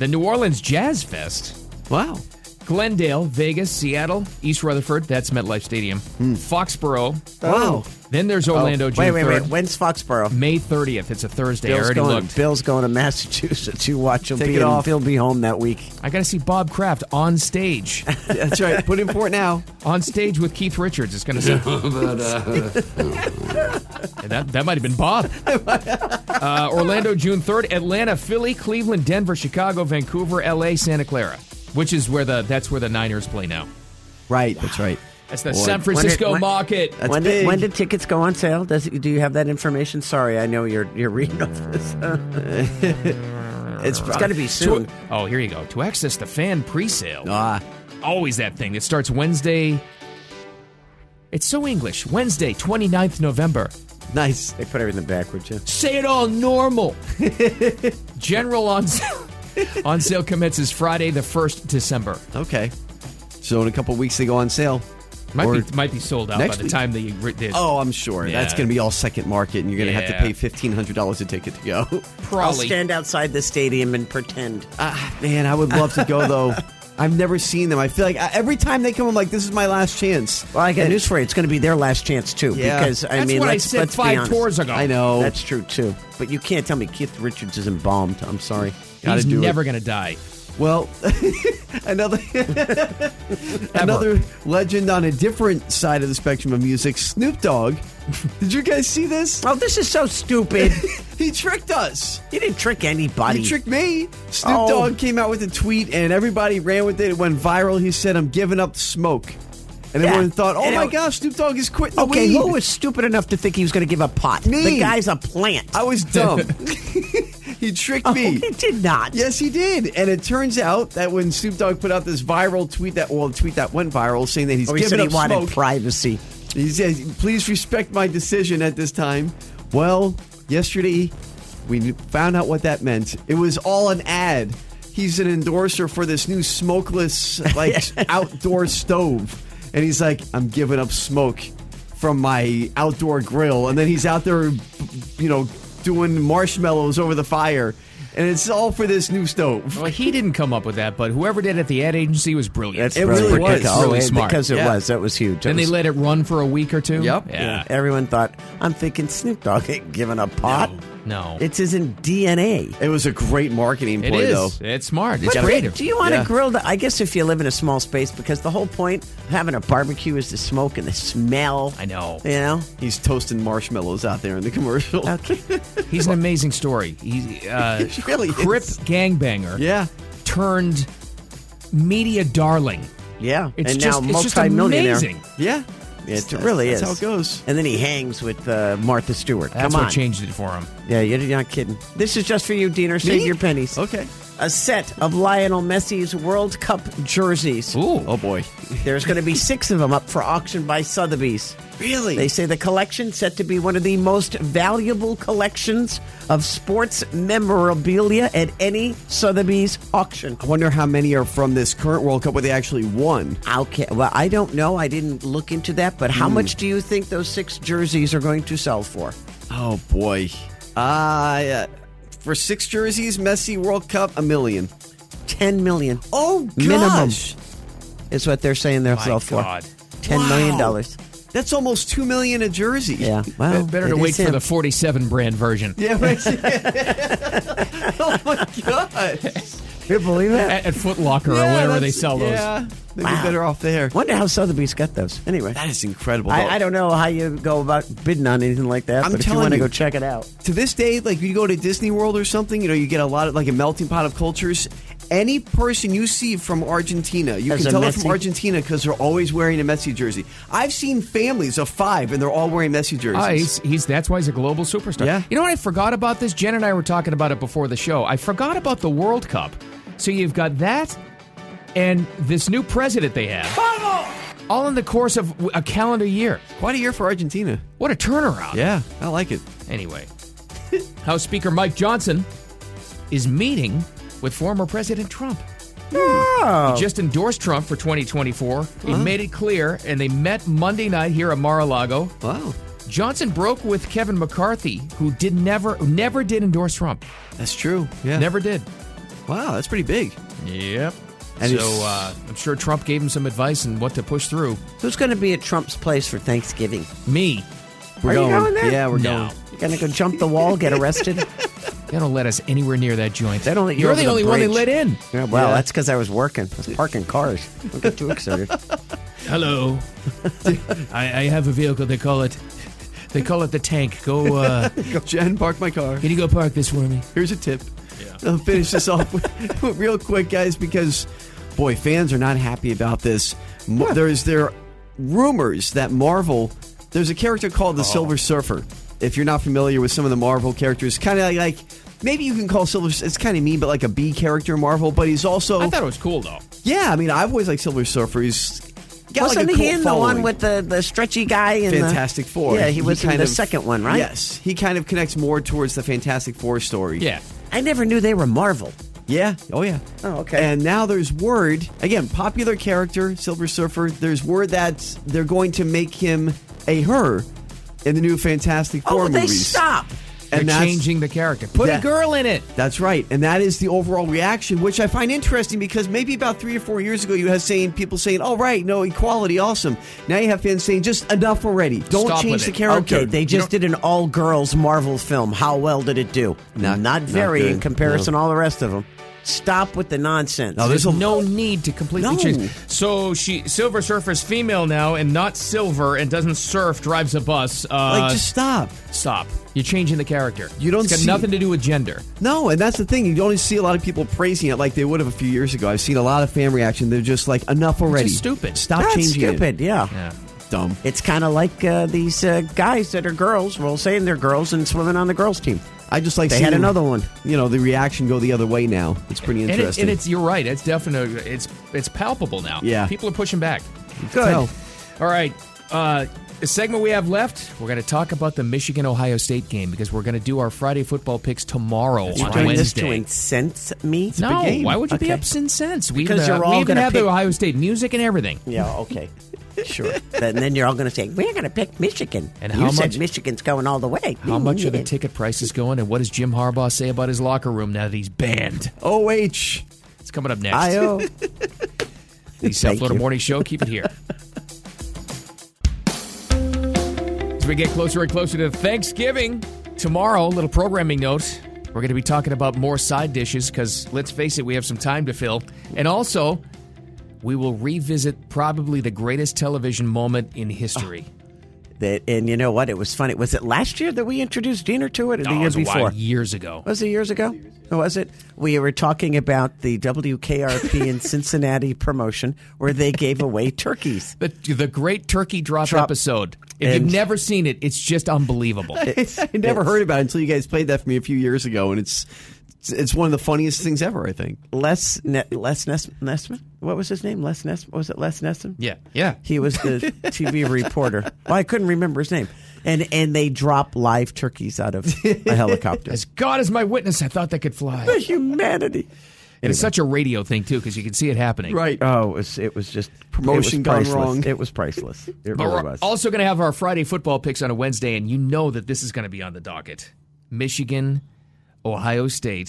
S3: the New Orleans Jazz Fest,
S5: Wow.
S3: Glendale, Vegas, Seattle, East Rutherford. That's MetLife Stadium, Foxborough.
S5: Wow.
S3: Then there's
S5: Oh,
S3: Orlando. June
S4: Hmm. Oh. wait, wait, wait.
S3: 3rd.
S4: When's Foxborough?
S3: May 30th. It's a Thursday. I
S4: Bill's
S3: already
S4: going,
S3: looked.
S4: Bill's going to Massachusetts. You watch, he'll
S5: Take
S4: be
S5: it
S4: in-
S5: off.
S4: He'll be home that week.
S3: I got to see Bob Kraft on stage,
S5: That's right. Put in for it now.
S3: on stage with Keith Richards. It's going to say. And that, that might have been Bob. Uh, Orlando, June 3rd. Atlanta, Philly, Cleveland, Denver, Chicago, Vancouver, LA, Santa Clara, which is where the that's where the Niners play now.
S5: Right. That's right.
S3: That's the
S5: Boy.
S3: San Francisco
S4: when-
S3: market.
S5: That's
S4: when,
S5: big.
S4: Did, when did tickets go on sale? Does do you have that information? Sorry, I know you're you're reading off this.
S5: It's,
S4: It's got to be soon.
S3: oh, here you go. To access the fan presale,
S5: Ah,
S3: always that thing. It starts Wednesday. It's so English. Wednesday, 29th November.
S5: nice.
S4: They put everything backwards. Yeah.
S3: Say it all normal. General on sale, on sale commences Friday, the 1st December.
S5: Okay. So in a couple weeks they go on sale.
S3: Might
S5: Or-
S3: be might be sold out by
S5: next
S3: the
S5: week.
S3: time the, the
S5: Oh, I'm sure that's
S3: Yeah.
S5: going to be all second market, and you're going to have
S3: Yeah.
S5: to pay fifteen hundred dollars a ticket to go.
S4: I'll
S3: probably
S4: stand outside the stadium and pretend.
S5: Ah, man, I would love to go though. I've never seen them. I feel like I, every time they come, I'm like, this is my last chance.
S4: Well, I got
S5: And-
S4: news for you. It's going to be their last chance too.
S5: Yeah.
S4: Because I
S3: That's
S4: mean,
S3: what I
S4: let's,
S3: said
S4: let's be
S3: five
S4: honest.
S3: tours ago.
S5: I know.
S4: That's true too. But you can't tell me Keith Richards is embalmed. I'm sorry.
S5: Gotta
S3: He's
S5: do it.
S3: never going to die.
S5: Well, another another legend on a different side of the spectrum of music, Snoop Dogg. Did you guys see this?
S4: Oh, this is so stupid.
S5: he tricked us.
S4: you didn't trick anybody.
S5: He tricked me. Snoop
S4: Oh.
S5: Dogg came out with a tweet and everybody ran with it. It went viral. He said, I'm giving up smoke. And
S4: Yeah.
S5: everyone thought, oh
S4: And
S5: my
S4: it-
S5: gosh, Snoop Dogg is quitting
S4: Okay,
S5: weed.
S4: who was stupid enough to think he was going to give up pot?
S5: Me.
S4: The guy's a plant.
S5: I was dumb. he tricked
S4: Oh,
S5: me.
S4: he did not.
S5: Yes, he did. And it turns out that when Snoop Dogg put out this viral tweet that well, the tweet that went viral saying that he's
S4: Or Oh, he
S5: giving
S4: said he
S5: up
S4: wanted
S5: smoke.
S4: privacy.
S5: He says, "Please respect my decision at this time." Well, yesterday we found out what that meant. It was all an ad. He's an endorser for this new smokeless like outdoor stove, and he's like, "I'm giving up smoke from my outdoor grill," and then he's out there, you know, doing marshmallows over the fire, and it's all for this new stove.
S3: Well, he didn't come up with that, but whoever did at the ad agency was brilliant.
S4: That's
S5: It
S4: brilliant.
S5: really was.
S4: Because-
S3: Really
S4: oh,
S3: smart.
S4: Because it
S5: Yeah.
S4: was. That was huge. That
S3: Then they
S4: was-
S3: let it run for a week or two.
S5: Yep.
S3: Yeah.
S4: Everyone thought, I'm thinking Snoop Dogg ain't giving up pot.
S3: No.
S4: It's isn't DNA.
S5: It was a great marketing
S3: It
S5: ploy,
S3: is.
S5: though.
S3: It's smart. It's
S4: But
S3: creative.
S4: Do you want to
S5: Yeah.
S4: grill? The, I guess if you live in a small space, because the whole point of having a barbecue is the smoke and the smell.
S3: I know.
S4: You know?
S5: He's toasting marshmallows out there in the commercial.
S4: Okay.
S3: He's an amazing story. He uh,
S5: He really is.
S3: Crip gangbanger
S5: Yeah.
S3: turned media darling.
S4: yeah.
S3: It's
S4: and
S3: just
S4: now
S3: it's just
S4: multi-millionaire.
S3: amazing.
S5: Yeah.
S4: It really
S5: that's
S4: is.
S5: That's how it goes.
S4: And then he hangs with uh, Martha Stewart.
S3: That's
S4: Come
S3: what
S4: on.
S3: changed it for him.
S4: Yeah, you're not kidding. This is just for you, Diener. Save
S5: Me?
S4: your pennies.
S5: Okay.
S4: A set of Lionel Messi's World Cup jerseys.
S3: Ooh.
S5: Oh boy.
S4: There's going to be six of them up for auction by Sotheby's.
S5: Really?
S4: They say the collection set to be one of the most valuable collections of sports memorabilia at any Sotheby's auction.
S5: I wonder how many are from this current World Cup where they actually won.
S4: Okay, well, I don't know. I didn't look into that, but
S3: Hmm.
S4: how much do you think those six jerseys are going to sell for?
S5: Oh boy. Uh, yeah. for six jerseys, Messi World Cup, a million.
S4: 10 million
S5: Oh
S4: Minimum. is what they're saying they'll
S3: My
S4: sell
S3: God.
S4: for. Ten million
S5: Wow.
S4: dollars.
S5: That's almost two million a jersey.
S4: Yeah. Well,
S3: Better
S4: Oh, it
S3: to
S4: is
S3: wait for
S4: him.
S3: the 47 brand version.
S5: Yeah. Right. oh my god.
S4: You believe that?
S3: At, at Foot Locker or wherever they sell those.
S5: Yeah. They'd
S4: Wow.
S5: be better off there.
S4: Wonder how Sotheby's got those. Anyway,
S5: That is incredible. though.
S4: I, I don't know how you go about bidding on anything like that,
S5: I'm
S4: but if you
S5: telling
S4: want to
S5: you.
S4: go check it out.
S5: to this day, like you go to Disney World or something, you know, you get a lot of like a melting pot of cultures. Any person you see from Argentina, you
S4: Has
S5: can
S4: a
S5: tell they're
S4: Messi?
S5: from Argentina because they're always wearing a Messi jersey. I've seen families of five and they're all wearing Messi
S3: Ah,
S5: jerseys.
S3: he's, he's that's why he's a global superstar.
S5: Yeah.
S3: You know what I forgot about this? Jen and I were talking about it before the show. I forgot about the World Cup. So you've got that and this new president they have. All in the course of w- a calendar year.
S5: Quite a year for Argentina.
S3: What a turnaround.
S5: Yeah, I like it.
S3: Anyway, House Speaker Mike Johnson is meeting with former President Trump.
S4: Oh.
S3: He just endorsed Trump for 2024. He made it clear, and they met Monday night here at Mar-a-Lago.
S5: Wow,
S3: Johnson broke with Kevin McCarthy, who did never who never did endorse Trump.
S5: that's true. Yeah,
S3: Never did.
S5: Wow, that's pretty big.
S3: Yep.
S5: And
S3: so
S5: he's-
S3: uh, I'm sure Trump gave him some advice on what to push through.
S4: Who's going to be at Trump's place for Thanksgiving?
S3: Me,
S5: We're
S4: Are you
S5: going.
S4: going there?
S5: Yeah, we're
S3: no,
S4: You going to go jump the wall, get arrested?
S3: they don't let us anywhere near that joint.
S4: They don't let you
S3: You're
S4: over
S3: the
S4: the
S3: only one they
S4: bridge.
S3: let in.
S4: yeah, well,
S5: Yeah.
S4: that's because I was working. I was parking cars. Don't get too excited.
S3: Hello. I, I have a vehicle. They call it. They call it the tank. Go. Uh,
S5: going. Jen, park my car.
S3: can you go park this for me?
S5: Here's a tip. I'll finish this off with, with real quick, guys, because boy, fans are not happy about this. Mo- There's there rumors that Marvel. There's a character called the Silver Surfer. If you're not familiar with some of the Marvel characters, kind of like maybe you can call Silver. It's kind of mean, but like a B character Marvel. But he's also
S3: I thought it was cool though.
S5: yeah. I mean, I've always liked Silver Surfer. He's got
S4: Wasn't
S5: like a
S4: he
S5: cult
S4: in the one
S5: following.
S4: with the, the stretchy guy? In the-
S5: Fantastic Four.
S4: Yeah, he was in
S5: kind
S4: the
S5: of-
S4: second one, right?
S5: Yes, he kind of connects more towards the Fantastic Four story.
S3: Yeah.
S4: I never knew they were Marvel.
S5: Yeah. Oh, yeah.
S4: Oh, okay.
S5: And now there's word again, popular character, Silver Surfer. There's word that they're going to make him a her in the new Fantastic
S4: Oh,
S5: Four
S4: they
S5: movies.
S4: stop.
S5: And
S3: They're
S5: that's,
S3: changing the character. Put
S5: Yeah.
S3: a girl in it.
S5: That's right. And that is the overall reaction, which I find interesting because maybe about three or four years ago, you had saying people saying, "All right, no equality, awesome." Now you have fans saying, "Just enough already. Don't
S3: Stop
S5: change
S3: with
S5: the
S3: it."
S5: character."
S4: Okay, they just did an all girls Marvel film. How well did it do?
S5: Not-
S4: not
S5: not
S4: very
S5: good,
S4: in comparison to
S5: no.
S4: all the rest of them. Stop with the nonsense.
S5: No, there's
S3: There's
S5: a
S3: no need to completely
S4: No.
S3: change. So she Silver Surfer's female now and not silver and doesn't surf, drives a bus. Uh,
S5: like just stop.
S3: stop. You're changing the character.
S5: You don't
S3: It's got
S5: see-
S3: nothing to do with gender.
S5: No, and that's the thing. You don't see a lot of people praising it like they would have a few years ago. I've seen a lot of fan reaction. They're just like, enough already.
S3: just stupid.
S5: Stop
S4: That's
S5: changing it.
S4: stupid. Yeah.
S3: Yeah.
S5: Dumb.
S4: It's kind of like uh, these uh, guys that are girls, well, saying they're girls and swimming on the girls' team.
S5: I just like
S4: They
S5: seeing,
S4: had another one.
S5: You know, the reaction go the other way now. It's pretty
S3: And, it,
S5: interesting.
S3: and it's you're right. It's definitely it's it's palpable now.
S5: Yeah.
S3: People are pushing back.
S5: good.
S3: All right. Uh, the segment we have left, we're going to talk about the Michigan Ohio State game because we're going to do our Friday football picks tomorrow
S4: You're
S3: on
S4: doing this
S3: Wednesday.
S4: to incense me?
S3: no,
S5: game.
S3: why would you be
S4: Okay.
S3: up since sense? We
S4: Because
S3: even,
S4: you're
S3: uh,
S4: all
S3: we even
S4: gonna
S3: have the
S4: pick-
S3: Ohio State music and everything.
S4: Yeah, okay. Sure. and then you're all going to say, we're going to pick Michigan.
S3: And
S4: you
S3: how
S4: said
S3: much-
S4: Michigan's going all the way.
S3: How much are the
S4: Yeah.
S3: ticket prices going, and what does Jim Harbaugh say about his locker room now that he's banned?
S5: OH.
S3: It's coming up next.
S4: I.O.
S3: the South
S4: Thank
S3: Florida
S4: you.
S3: Morning Show. Keep it here. As we get closer and closer to Thanksgiving, tomorrow, little programming note. We're going to be talking about more side dishes because, let's face it, we have some time to fill. And also, we will revisit probably the greatest television moment in history.
S4: Ah, That, and you know what? It was funny. Was it last year that we introduced Diener to it or the
S3: Oh, it
S4: year
S3: was a while-
S4: before? Uh,
S3: years ago.
S4: Was it years ago? Or was it? We were talking about the WKRP in Cincinnati promotion where they gave away turkeys.
S3: The, the Great Turkey Drop,
S4: Drop.
S3: episode. If
S4: And-
S3: you've never seen it, it's just unbelievable.
S5: I never heard about it until you guys played that for me a few years ago, and it's it's- it's one of the funniest things ever. I think.
S4: Les ne- Les Nes- Nessman? What was his name? Les Ness? Was it Les Nessman?
S3: yeah, yeah.
S4: He was the TV reporter. Well, I couldn't remember his name. And and they drop live turkeys out of a helicopter.
S3: As God is my witness, I thought they could fly.
S4: The humanity.
S3: And it's such a radio thing too, because you can see it happening.
S5: Right.
S4: Oh, it was, it was just
S5: Promotion
S4: it was
S5: gone
S4: priceless.
S5: wrong.
S4: It was priceless. It
S3: But
S4: really
S3: we're
S4: was.
S3: also going to have our Friday football picks on a Wednesday, and you know that this is going to be on the docket. Michigan, Ohio State.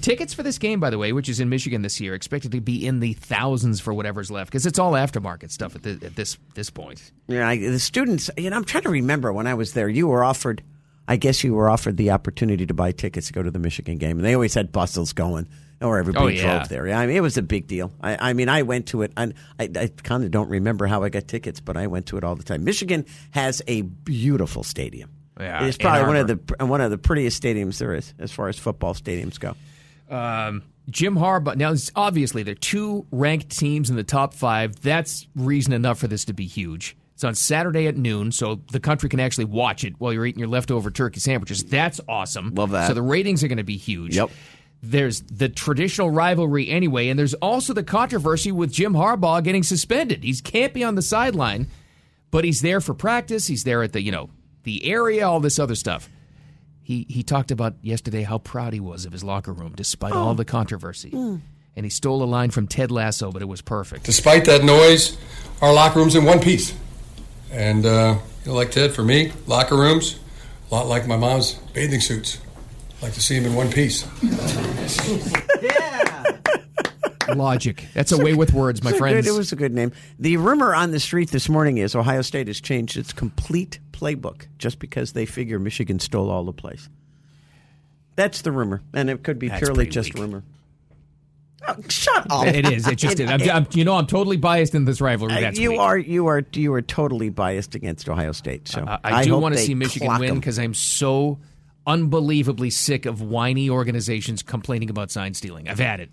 S3: Tickets for this game, by the way, which is in Michigan this year, expected to be in the thousands for whatever's left, because it's all aftermarket stuff at, the, at this this point.
S4: Yeah, I, the students. You know, I'm trying to remember when I was there. You were offered, I guess, you were offered the opportunity to buy tickets to go to the Michigan game, and they always had buses going, or everybody
S3: Oh, yeah.
S4: drove there. Yeah, I mean, it was a big deal. I, I mean, I went to it, and I, I kind of don't remember how I got tickets, but I went to it all the time. Michigan has a beautiful stadium.
S3: Yeah,
S4: it's probably
S3: Ann
S4: one of the one of the prettiest stadiums there is, as far as football stadiums go.
S3: Um, Jim Harbaugh. Now, it's- obviously, there are two ranked teams in the top five. That's reason enough for this to be huge. It's on Saturday at noon, so the country can actually watch it while you're eating your leftover turkey sandwiches. That's awesome.
S5: Love that.
S3: So the ratings are going to be huge.
S5: Yep.
S3: There's the traditional rivalry anyway, and there's also the controversy with Jim Harbaugh getting suspended. He can't be on the sideline, but he's there for practice. He's there at the you know the area, all this other stuff he he talked about yesterday how proud he was of his locker room despite
S4: Oh.
S3: all the controversy.
S4: Hmm.
S3: And he stole a line from Ted Lasso, but it was perfect.
S9: despite that noise, our locker room's in one piece. And uh, you know, like Ted, for me, locker rooms, a lot like my mom's bathing suits. like to see them in one piece.
S3: Logic. That's a way with words, my
S4: It's a good-
S3: friends.
S4: it was a good name. The rumor on the street this morning is Ohio State has changed its complete playbook just because they figure Michigan stole all the plays. That's the rumor, and it could be
S3: That's
S4: purely
S3: pretty
S4: just
S3: weak.
S4: rumor. Oh, shut up!
S3: it is. It just is. I'm, I'm- you know, I'm totally biased in this rivalry. That's
S4: Uh, you
S3: me.
S4: are you are you are totally biased against Ohio State. So
S3: Uh, I, I do
S4: hope
S3: want to
S4: they
S3: see Michigan
S4: clock
S3: win
S4: 'em.
S3: because I'm so unbelievably sick of whiny organizations complaining about sign stealing. I've had it.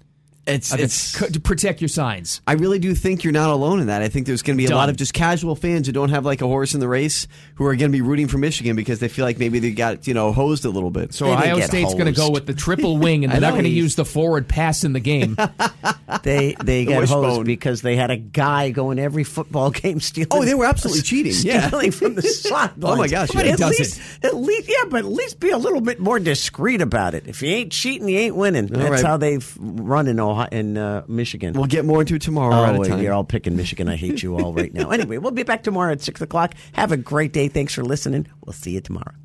S5: It's
S3: I've had-
S5: it's.
S3: co- to protect your signs.
S5: I really do think you're not alone in that. I think there's going to be a
S3: Done.
S5: lot of just casual fans who don't have like a horse in the race who are going to be rooting for Michigan because they feel like maybe they got you know hosed a little bit.
S3: So
S4: They didn't
S3: Ohio
S4: get
S3: State's going to go
S4: hosed.
S3: with the triple wing, and
S5: I
S3: they're not
S5: know.
S3: going to use the forward pass in the game.
S4: they they got
S5: wishbone.
S4: hosed because they had a guy going every football game stealing.
S5: Oh, they were absolutely cheating. Yeah.
S4: stealing from the sidelines.
S5: Oh, my gosh,
S4: But
S5: yeah.
S4: at
S3: Does
S4: least, at least, yeah, but at least be a little bit more discreet about it. If you ain't cheating, you ain't winning. That's
S5: right.
S4: how they've run in Ohio, in uh, Michigan.
S5: We'll get more into it tomorrow.
S4: Oh,
S5: at a
S4: wait,
S5: time.
S4: you're all picking Michigan. I hate you all right now. Anyway, we'll be back tomorrow at 6 o'clock. Have a great day. Thanks for listening. We'll see you tomorrow.